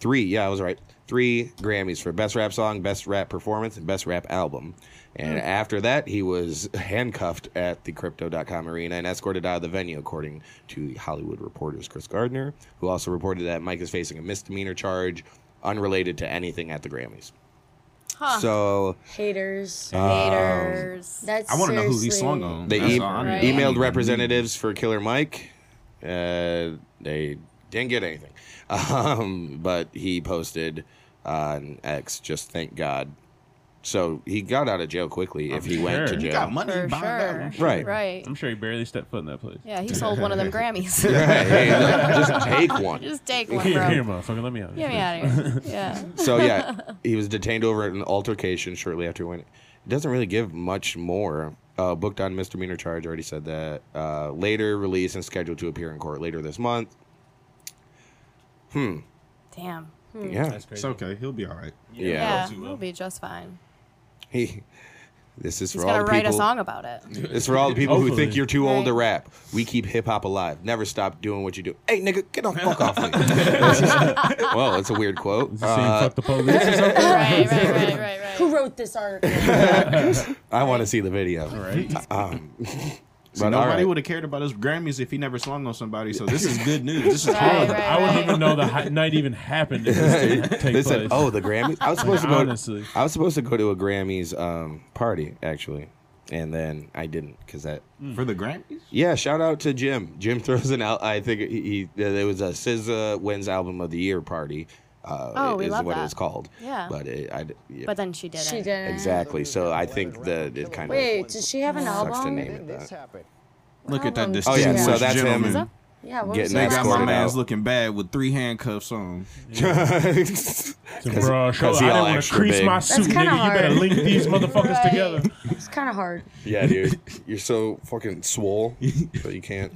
three. Yeah, I was right. Three Grammys for Best Rap Song, Best Rap Performance, and Best Rap Album. And after that, he was handcuffed at the Crypto.com arena and escorted out of the venue, according to the Hollywood Reporter's Chris Gardner, who also reported that Mike is facing a misdemeanor charge unrelated to anything at the Grammys.
Huh.
So um,
Haters.
Haters.
That's
I want to know who he
seriously-
swung on.
They
That's
e-
all I
Right.
need.
emailed representatives for Killer Mike. Uh, they didn't get anything. Um, but he posted on X, just thank God. So he got out of jail quickly if he went to
sure.
jail.
Got money
For
behind
sure.
that one.
Right.
Right.
I'm sure he barely stepped foot in that place.
Yeah, he sold one of them Grammys.
Right. Hey, look, just take one.
Just take one,
Here, here,
bro.
motherfucker, let me out.
Get me out of here. Yeah.
So yeah, he was detained over an altercation shortly after winning. It doesn't really give much more. Uh, booked on misdemeanor charge, already said that. Uh, later release and scheduled to appear in court later this month.
Damn.
Yeah.
That's
It's
crazy.
okay. He'll be all right.
Yeah,
he will.
we'll be just fine.
He, this is
He's
for all
gonna
the
write
people.
a song about it.
It's for all the people who think
Hopefully.
you're too old to
Right.
rap. We keep hip hop alive. Never stop doing what you do. Hey, nigga, get the fuck off me. well, that's a weird quote.
Is he saying
Uh,
fuck the police or something?
right, right, right, right, right.
Who wrote this article?
I want to see the video.
Right.
Um,
See,
but all
nobody
right.
would have cared about his Grammys if he never swung on somebody. So this is good news. This is
Right,
hard.
right,
I wouldn't
right.
even know the hi- night even happened if this didn't take
They
place.
said, "Oh, the Grammys." I was supposed to go.
Honestly.
I was supposed to go to a Grammys um, party actually, and then I didn't because that
Mm.
for the Grammys.
Yeah, shout out to Jim. Jim throws an out. I think he, he there was a SZA wins album of the year party. Uh,
Oh, we
is
love
what it
that.
was called.
Yeah.
But it, I, yeah,
But then she did
she
it.
didn't.
exactly. So I think that it kind
Wait, did she have an
of sucks to
album?
name it that.
Look at
Um,
that
Oh yeah,
distinguished
so that's
gentleman.
him.
Yeah, what was
Getting
the
They
that
got
last
my
Escorted
one?
man's
out.
looking bad with three handcuffs on.
to bro, show, I
'cause he all
didn't want to
extra
crease
big."
my
That's
suit,
kinda
nigga. You better
hard.
link these motherfuckers
Right.
together.
It's kind of hard.
yeah, dude, you're so fucking swole, but you can't.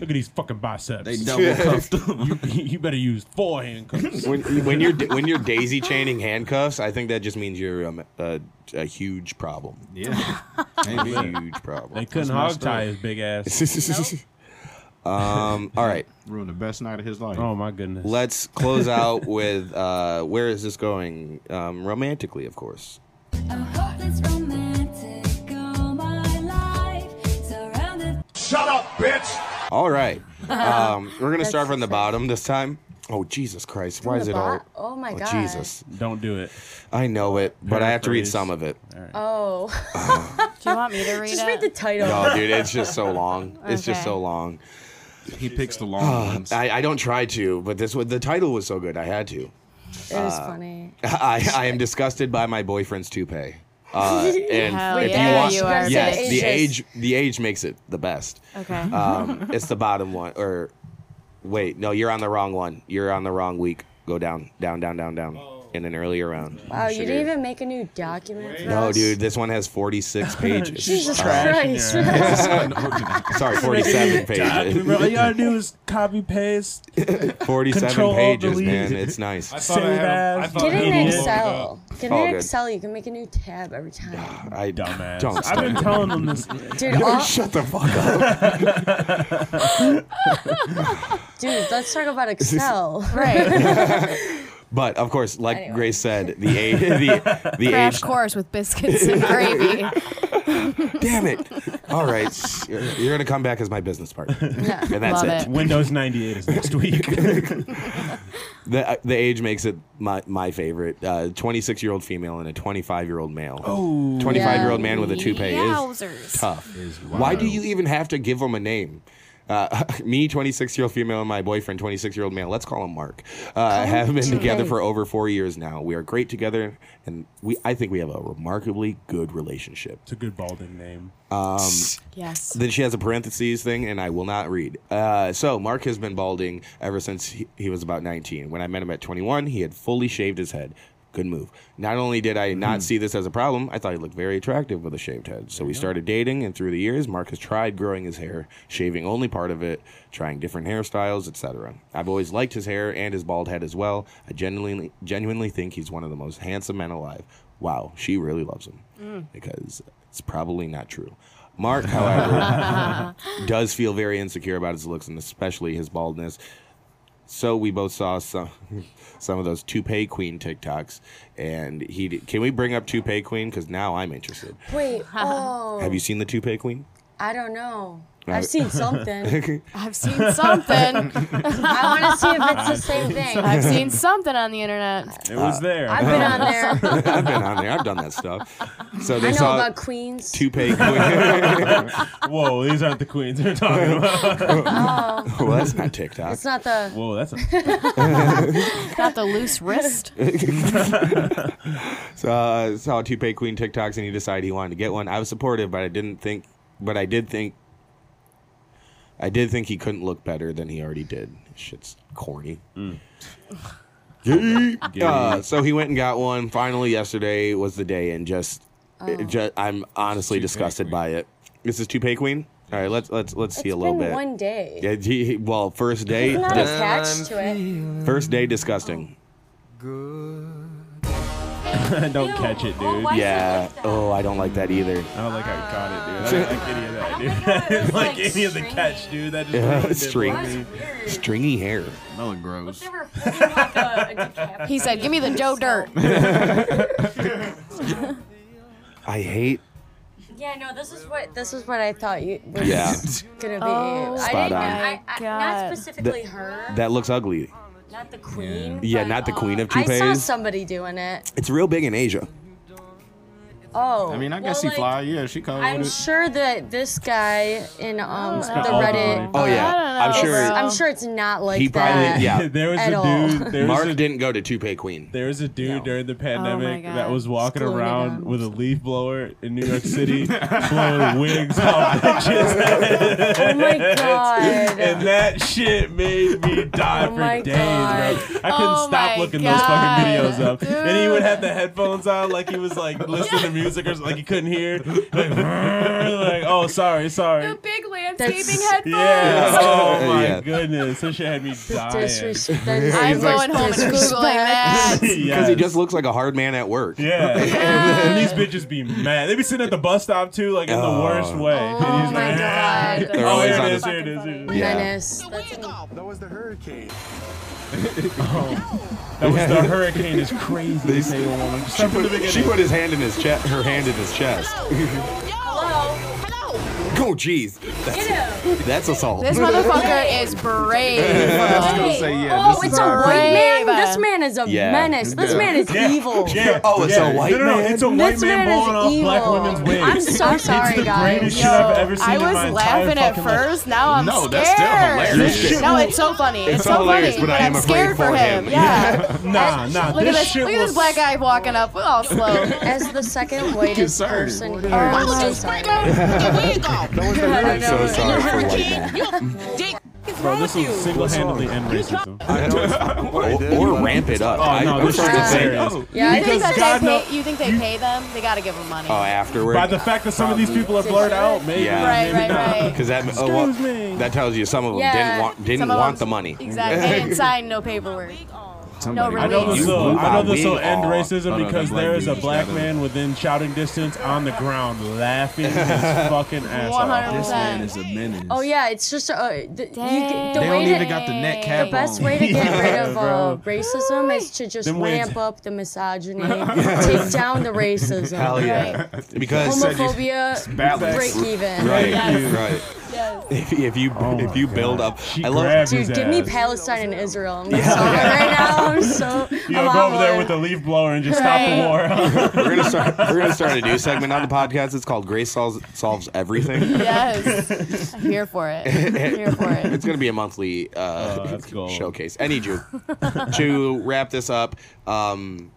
Look at these fucking biceps.
They double cuffed him.
you, you better use four handcuffs.
When, when you're when you're daisy chaining handcuffs, I think that just means you're um, a, a huge problem.
Yeah.
A
Maybe.
huge problem.
They couldn't
That's
hog
messed
tie
up.
his big ass.
um. All right.
Ruined the best night of his life.
Oh my goodness.
Let's close out with uh, where is this going? Um, romantically, of course. All right. Um, we're gonna start from the bottom this time. Oh Jesus Christ! Why
From
is
the
it all?
bot- oh my God.
Jesus,
Don't do it.
I know it, but I have to read
Paraphrase.
some of it.
Oh,
Do you want me to read
just
it?
read the title.
No, dude, it's just so long. It's just
Okay.
so long.
He picks the long
Uh,
ones.
I, I don't try to, but this was the title was so good, I had to.
It was
Uh,
funny.
I, I am disgusted by my boyfriend's toupee. Uh, and
Hell
if
yeah,
you want,
you are
yes,
bitch.
the age the age makes it the best.
okay.
Um, it's the bottom one. Or wait, no, you're on the wrong one. You're on the wrong week. Go down, down, down, down, down. in an earlier round.
Wow, Oh, you
Sugar.
didn't even make a new document for
No,
us?
dude, this one has 46 pages.
Jesus
Alright.
Christ. Yeah.
Sorry, 47
All you
pages.
gotta do is copy paste.
47
Control,
pages,
delete.
man. It's nice.
I thought I had a- I thought
Get
I
in
had a-
Excel. Get
All
in
good.
Excel. You can make a new tab every time.
I dumbass. Don't
I've been
start.
telling them this.
Dude, all-
Shut the fuck up.
Dude, let's talk about
This is-
Excel.
but of course, like
Anyway.
Grace said, the age, the, the
Crash
age.
course with biscuits and gravy.
Damn it! All right, you're, you're gonna come back as my business partner,
Yeah,
and that's
love
it.
it.
Windows 98 is next week.
The, uh, the age makes it my, my favorite. Uh, 26 year old female and a 25 year old male.
Oh.
25 year old man with a toupee is
Yowzers.
tough. Why do you even have to give him a name? Uh, me, 26 year old female, and my boyfriend, 26 year old male, let's call him Mark, uh, have been together
toupee.
for over four years now. We are great together, and we I think we have a remarkably good relationship.
It's a good balding name.
Um,
Yes.
Then she has a parentheses thing, and I will not read. Uh, so Mark has been balding ever since he, he was about 19. When I met him at 21, he had fully shaved his head. Good move. Not only did I not see this as a problem, I thought he looked very attractive with a shaved head. So we started dating, and through the years, Mark has tried growing his hair, shaving only part of it, trying different hairstyles, etc. I've always liked his hair and his bald head as well. I genuinely, genuinely think he's one of the most handsome men alive. Wow, she really loves him because it's probably not true. Mark, however, does feel very insecure about his looks and especially his baldness. So we both saw some some of those toupee queen TikToks, and he did, can we bring up toupee queen because now I'm interested.
Wait, oh.
Have you seen the toupee queen?
I don't know.
Uh,
I've seen something.
I've seen something.
I want to see if it's the same thing.
I've seen something on the internet.
It
Uh,
was there.
I've been on there.
I've been on there. I've done that stuff. So they
I know
saw
about Queens.
toupee queen.
Whoa, these aren't the queens we're talking about.
well, that's not TikTok.
It's not the.
Whoa, that's a
Got the loose wrist.
so uh, saw toupee queen TikToks and he decided he wanted to get one. I was supportive, but I didn't think, but I did think, I did think he couldn't look better than he already did. Shit's corny.
Mm.
Gay. Uh, so he went and got one. Finally, yesterday was the day, and just,
Oh.
it ju- I'm honestly disgusted by it. This is toupee queen. All right, let's let's let's see a
It's
little
been
bit.
one day.
Yeah, he, he- well, first day,
It's not
dis-
attached to it.
first day, disgusting.
Don't catch it, dude.
Yeah. Oh, I don't like that either.
I don't like how you caught it, dude. I don't like any of that, dude. I didn't like, any of the catch, dude. That just ruined
Yeah,
it
string,
for me.
stringy hair.
That looked gross.
He said, "Give me the Joe Dirt."
I hate.
Yeah, no, this is what this is what I thought you was
Yeah.
gonna be.
Oh
I
Spot on.
didn't. I, I,
God.
not specifically her,
That looks ugly.
not the queen.
Yeah,
but,
not the queen of
uh, I saw
toupees.
somebody doing it.
It's real big in Asia.
Oh,
I mean, I
well,
guess
like,
he fly. Yeah, she called
I'm
with
sure that this guy in um
got
the
all the
Reddit.
Oh yeah, I'm
is-
sure.
Oh.
I'm sure it's not like
He probably-
that.
yeah.
there was
At
a
all.
dude.
um,
There was
Mark
a,
didn't go to Toupee Queen.
there was a dude during the pandemic
God.
that was walking
Screwing it
around
up.
with a leaf blower in New York City, blowing wigs off bitches' heads.
Oh my god.
And that shit made me die
Oh
for
my
days,
God.
bro. I couldn't
Oh my
stop looking those
God.
fucking videos up. And he would
Dude.
have the headphones on, like he was like listening to music or something, like he couldn't hear. Like, like, oh, sorry, sorry.
big
landscaping
headphones.
Yeah. Oh my
Yeah.
goodness, that shit had me dying.
Disrespect.
I'm
He's like-
going home and googling that.
Because he
Yes.
just looks like a hard man at work.
Yeah. and these bitches be mad. They be sitting at the bus stop too, like in the
Oh.
worst way. Oh and he's
my God.
like,
They're
Oh,
always
here
on
it is,
the-
here it is, here it is.
Yeah.
Menace. That's an-
That was the hurricane is crazy.
They-
to say, woman.
She
Start from the
put, she
beginning.
put his hand in his chest. Her hand in his chest. Oh, jeez. That's, that's assault.
This motherfucker is brave.
say, yeah,
oh,
this
it's
is
a
our-
white man.
Brave. uh,
This man is a
Yeah.
menace. This man is
Yeah.
evil.
Yeah.
Oh, it's
yeah.
a white
no, no, no,
man?
It's a white
This
man
man is
blowing off black
evil.
women's wigs.
I'm so sorry,
it's the
guys.
greatest shit I've ever seen
I
in
was
my entire
laughing at
fucking life.
first. Now I'm
No,
scared.
that's still hilarious.
This shit-
No, it's so funny. It's,
so
so
hilarious,
funny,
but I am
am
afraid
scared
for
for him.
him.
Yeah.
Nah, nah.
Look at
this
this.
shit
Look at this
was-
black guy walking up. We're all slow.
As the second whitest person
Concerned.
here, I'm so sorry.
I'm so sorry for white man.
Dick
Bro, this was single-handedly end racism.
or, or ramp it up.
Oh, no,
I, am
this
trying
shit
to
is
say.
serious.
Yeah, you think
Because
that
God
they
know-
pay, you think they pay them? They gotta give them money.
Oh, afterward.
By the fact that some of these people are blurred out, maybe.
Yeah.
Right, right, right.
Because that oh, well,
Excuse me.
that tells you some of them didn't want didn't
Some of
want the
them-
money.
Exactly. They didn't sign no paperwork.
Somebody-
no
I know
release.
this
You
will.
blew
I
my
know this will
wig
end
off.
racism
No, no,
because
the black
there is a
dudes
black
got it.
man within shouting distance on the ground laughing his fucking ass off.
100%.
This man is a menace.
Oh yeah, it's just uh, the, you, can- the
They
way
don't even
to,
got the net cap
the best
on.
way to get rid of
Yeah,
uh,
bro.
racism is to just
Them wigs.
ramp up the misogyny, take down the racism.
Hell yeah. Because
Homophobia,
balance.
break even.
right,
Yes.
right. If, if you if you build up,
Oh She
I love.
grabbed
Dude,
his
give me
ass.
Palestine and Israel. I'm sorry right now. I'm so.
You
I'm
know, go
on
over there
one.
with the leaf blower and just
Right.
stop the war.
We're gonna start. We're gonna start a new segment on the podcast. It's called "Grace Solves, Solves Everything."
Yes. I'm here for it. I'm here for it.
It's gonna be a monthly uh,
Oh, that's gold.
showcase. I need you to wrap this up. Um,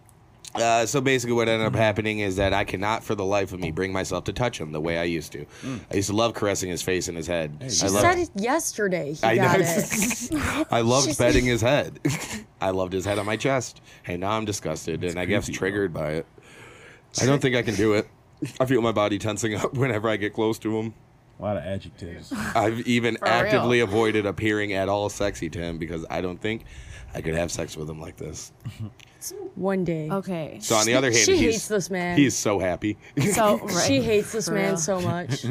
uh, so basically, what ended up happening is that I cannot, for the life of me, bring myself to touch him the way I used to.
Hmm.
I used to love caressing his face and his head.
She
I love,
said it yesterday. He
I
got
know.
it.
I loved
She's-
petting his head. I loved his head on my chest, and now I'm disgusted and I guess triggered by it. I don't think I can do it. I feel my body tensing up whenever I get close to him.
A lot of adjectives.
I've even
real.
actively avoided appearing at all sexy to him because I don't think I could have sex with him like this.
One day.
Okay.
So on the other hand,
She
he's,
hates this man.
He's so happy. Uh,
So right.
She hates this
For
man
real.
so much.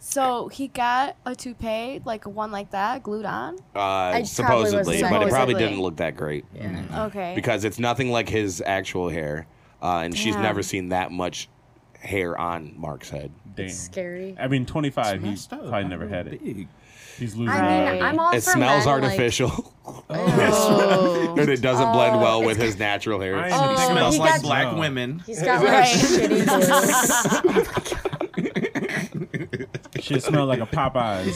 So he got a toupee, like one like that, glued on.
Uh,
wasn't
supposedly, but it probably
supposedly.
didn't look that great
Okay.
because it's nothing like his actual hair, uh, and she's
Damn.
never seen that much hair on Mark's head.
Damn.
Scary.
I mean, 25, he's probably never had it. He's losing
I
that.
mean, I'm all
it
for
smells
men,
artificial,
Oh.
and it doesn't blend
Oh,
well with
it's-
his natural hair.
I
It's-
Oh,
am thinking
smells
he
like
got-
black
No.
women.
Like, he's got like
Right.
shitty voice.
Shit smell like a Popeyes.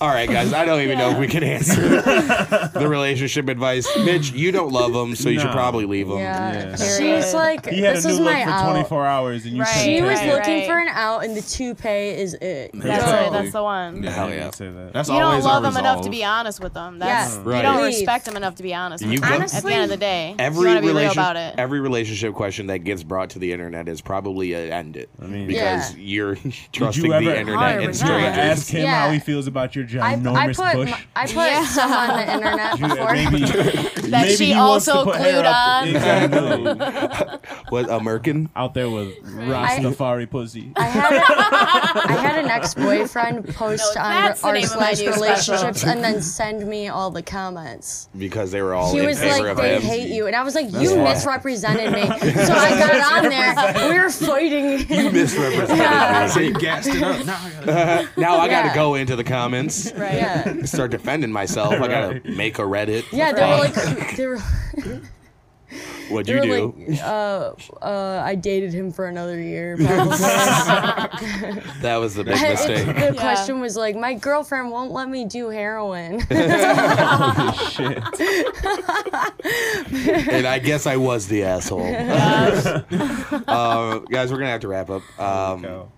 All right, guys, I don't even know if we can answer the relationship advice. Mitch, you don't love him, so you should
No.
probably leave him.
Yeah.
Yeah.
She's like,
He had
this
a new
is
look
my
for
out.
24 hours, and you
Right.
couldn't
She
take
was
it.
Right,
looking
right.
for an out, and the toupee is it.
That's
Go.
it. That's the one.
Yeah.
Hell
I
yeah.
didn't say that.
That's
You don't
always
love
our
them enough
resolve.
to be honest with them. That's
Yeah.
Right.
you don't
Leave.
respect them enough to be honest.
You
with them.
go-
At the end of the day,
Every
you want to be real
relation-
about it.
every relationship question that gets brought to the internet is probably a end it
mean-
because
Yeah.
you're trusting
ever-
the internet and
100%.
Did you ever
strangers.
ask him
Yeah.
how he feels about your
I,
ginormous
I put
bush?
my- I put
Yeah.
some on the internet
You-
before.
maybe,
That
maybe
she
he wants to
also
put hair
glued
up-
on.
Exactly.
What a merkin?
Out there with Rastafari pussy.
I had, a, I had an ex-boyfriend post
No,
on
that's the
r
name of my
slash
new special.
relationships and then send me all the comments.
Because they were all
He
in
was
favor
like,
of
"They
him.
hate you," and I was like, "You misrepresented me." So I got on there. We were fighting.
Misrepresented
Yeah.
So you gassed it up. Nah, I gotta-
me. Now I gotta
Yeah.
go into the comments,
Right.
Yeah,
start defending myself. I gotta make a Reddit.
yeah. They were like, they were,
What'd
they
you
were
do?
like, uh, uh, I dated him for another year. Probably.
that was the big mistake.
the question was like, my girlfriend won't let me do heroin.
Holy shit.
and I guess I was the asshole. uh, guys, we're gonna have to wrap up. Um,
go.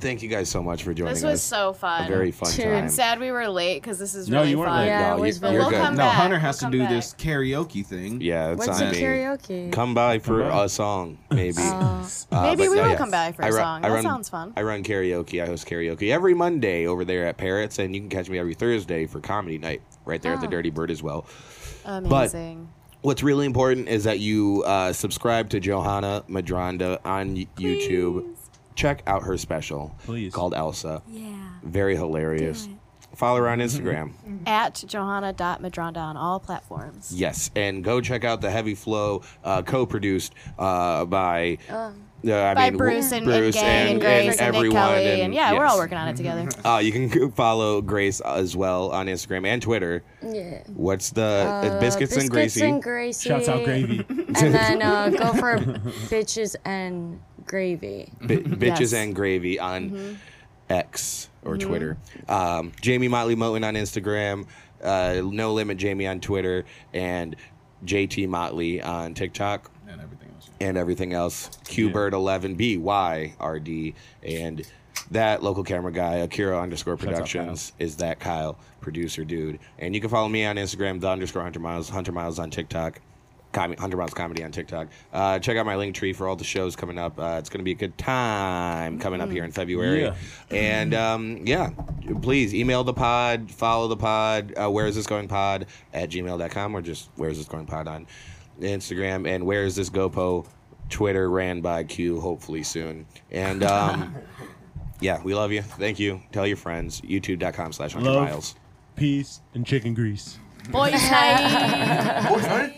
thank you guys so much for joining
This was
us.
so fun.
a very fun
Dude,
time.
I'm sad we were late because this is
No,
really
you weren't
fun.
late.
Yeah,
no,
it was
you,
really
you're
We'll
good.
come
no,
no,
back.
Hunter has
We'll
to do
come
this karaoke thing.
yeah, it's
What's the
on me.
karaoke?
Come by for
Come by. Oh.
a song, maybe. Uh,
Maybe
but
we
no,
will
yeah.
come by for
I
a
run-
song.
I
that
run-
sounds fun.
I run karaoke. I host karaoke every Monday over there at Parrots, and you can catch me every Thursday for comedy night right there at the
Oh.
Dirty Bird as well.
Amazing.
What's really important is that you uh, subscribe to Johanna Madronda on y- YouTube. Check out her special
Please.
called Elsa.
yeah. Mm-hmm.
Very hilarious. Follow her on Instagram.
At johanna.madronda on all platforms.
yes. And go check out the Heavy Flow uh, co produced uh, by. uh, I
Um, By
mean,
Bruce and,
Bruce
and Gang and Grace and, Nick
everyone.
Kelly. And, yeah, we're
yes.
all working on it together.
Uh, you can go follow Grace as well on Instagram and Twitter.
yeah.
What's the uh, biscuits, and Gracie?
and Gracie.
Shouts out gravy.
And then uh, go for bitches and gravy.
Bi- bitches
Yes.
and gravy on X or Twitter. Um, Jamie Motley Moten on Instagram. Uh, no limit Jamie on Twitter and JT Motley on TikTok
And everything else.
and everything else. Qbird11 B Y R D and that local camera guy, Akira underscore Productions, is that Kyle producer dude. And you can follow me on Instagram, the underscore Hunter Miles, Hunter Miles on TikTok. Com- Hunter Miles Comedy on TikTok. Uh, check out my link tree for all the shows coming up. Uh, it's going to be a good time coming up here in February.
Yeah.
And um, yeah, please email the pod, follow the pod, uh, where is this going pod at gmail.com or just where is this going pod on Instagram and where is this GoPo Twitter ran by Q hopefully soon. And um, yeah, we love you. Thank you. Tell your friends. YouTube.com slash Hunter
Love.
Miles.
Peace and chicken grease.
Boys night.
Boys night?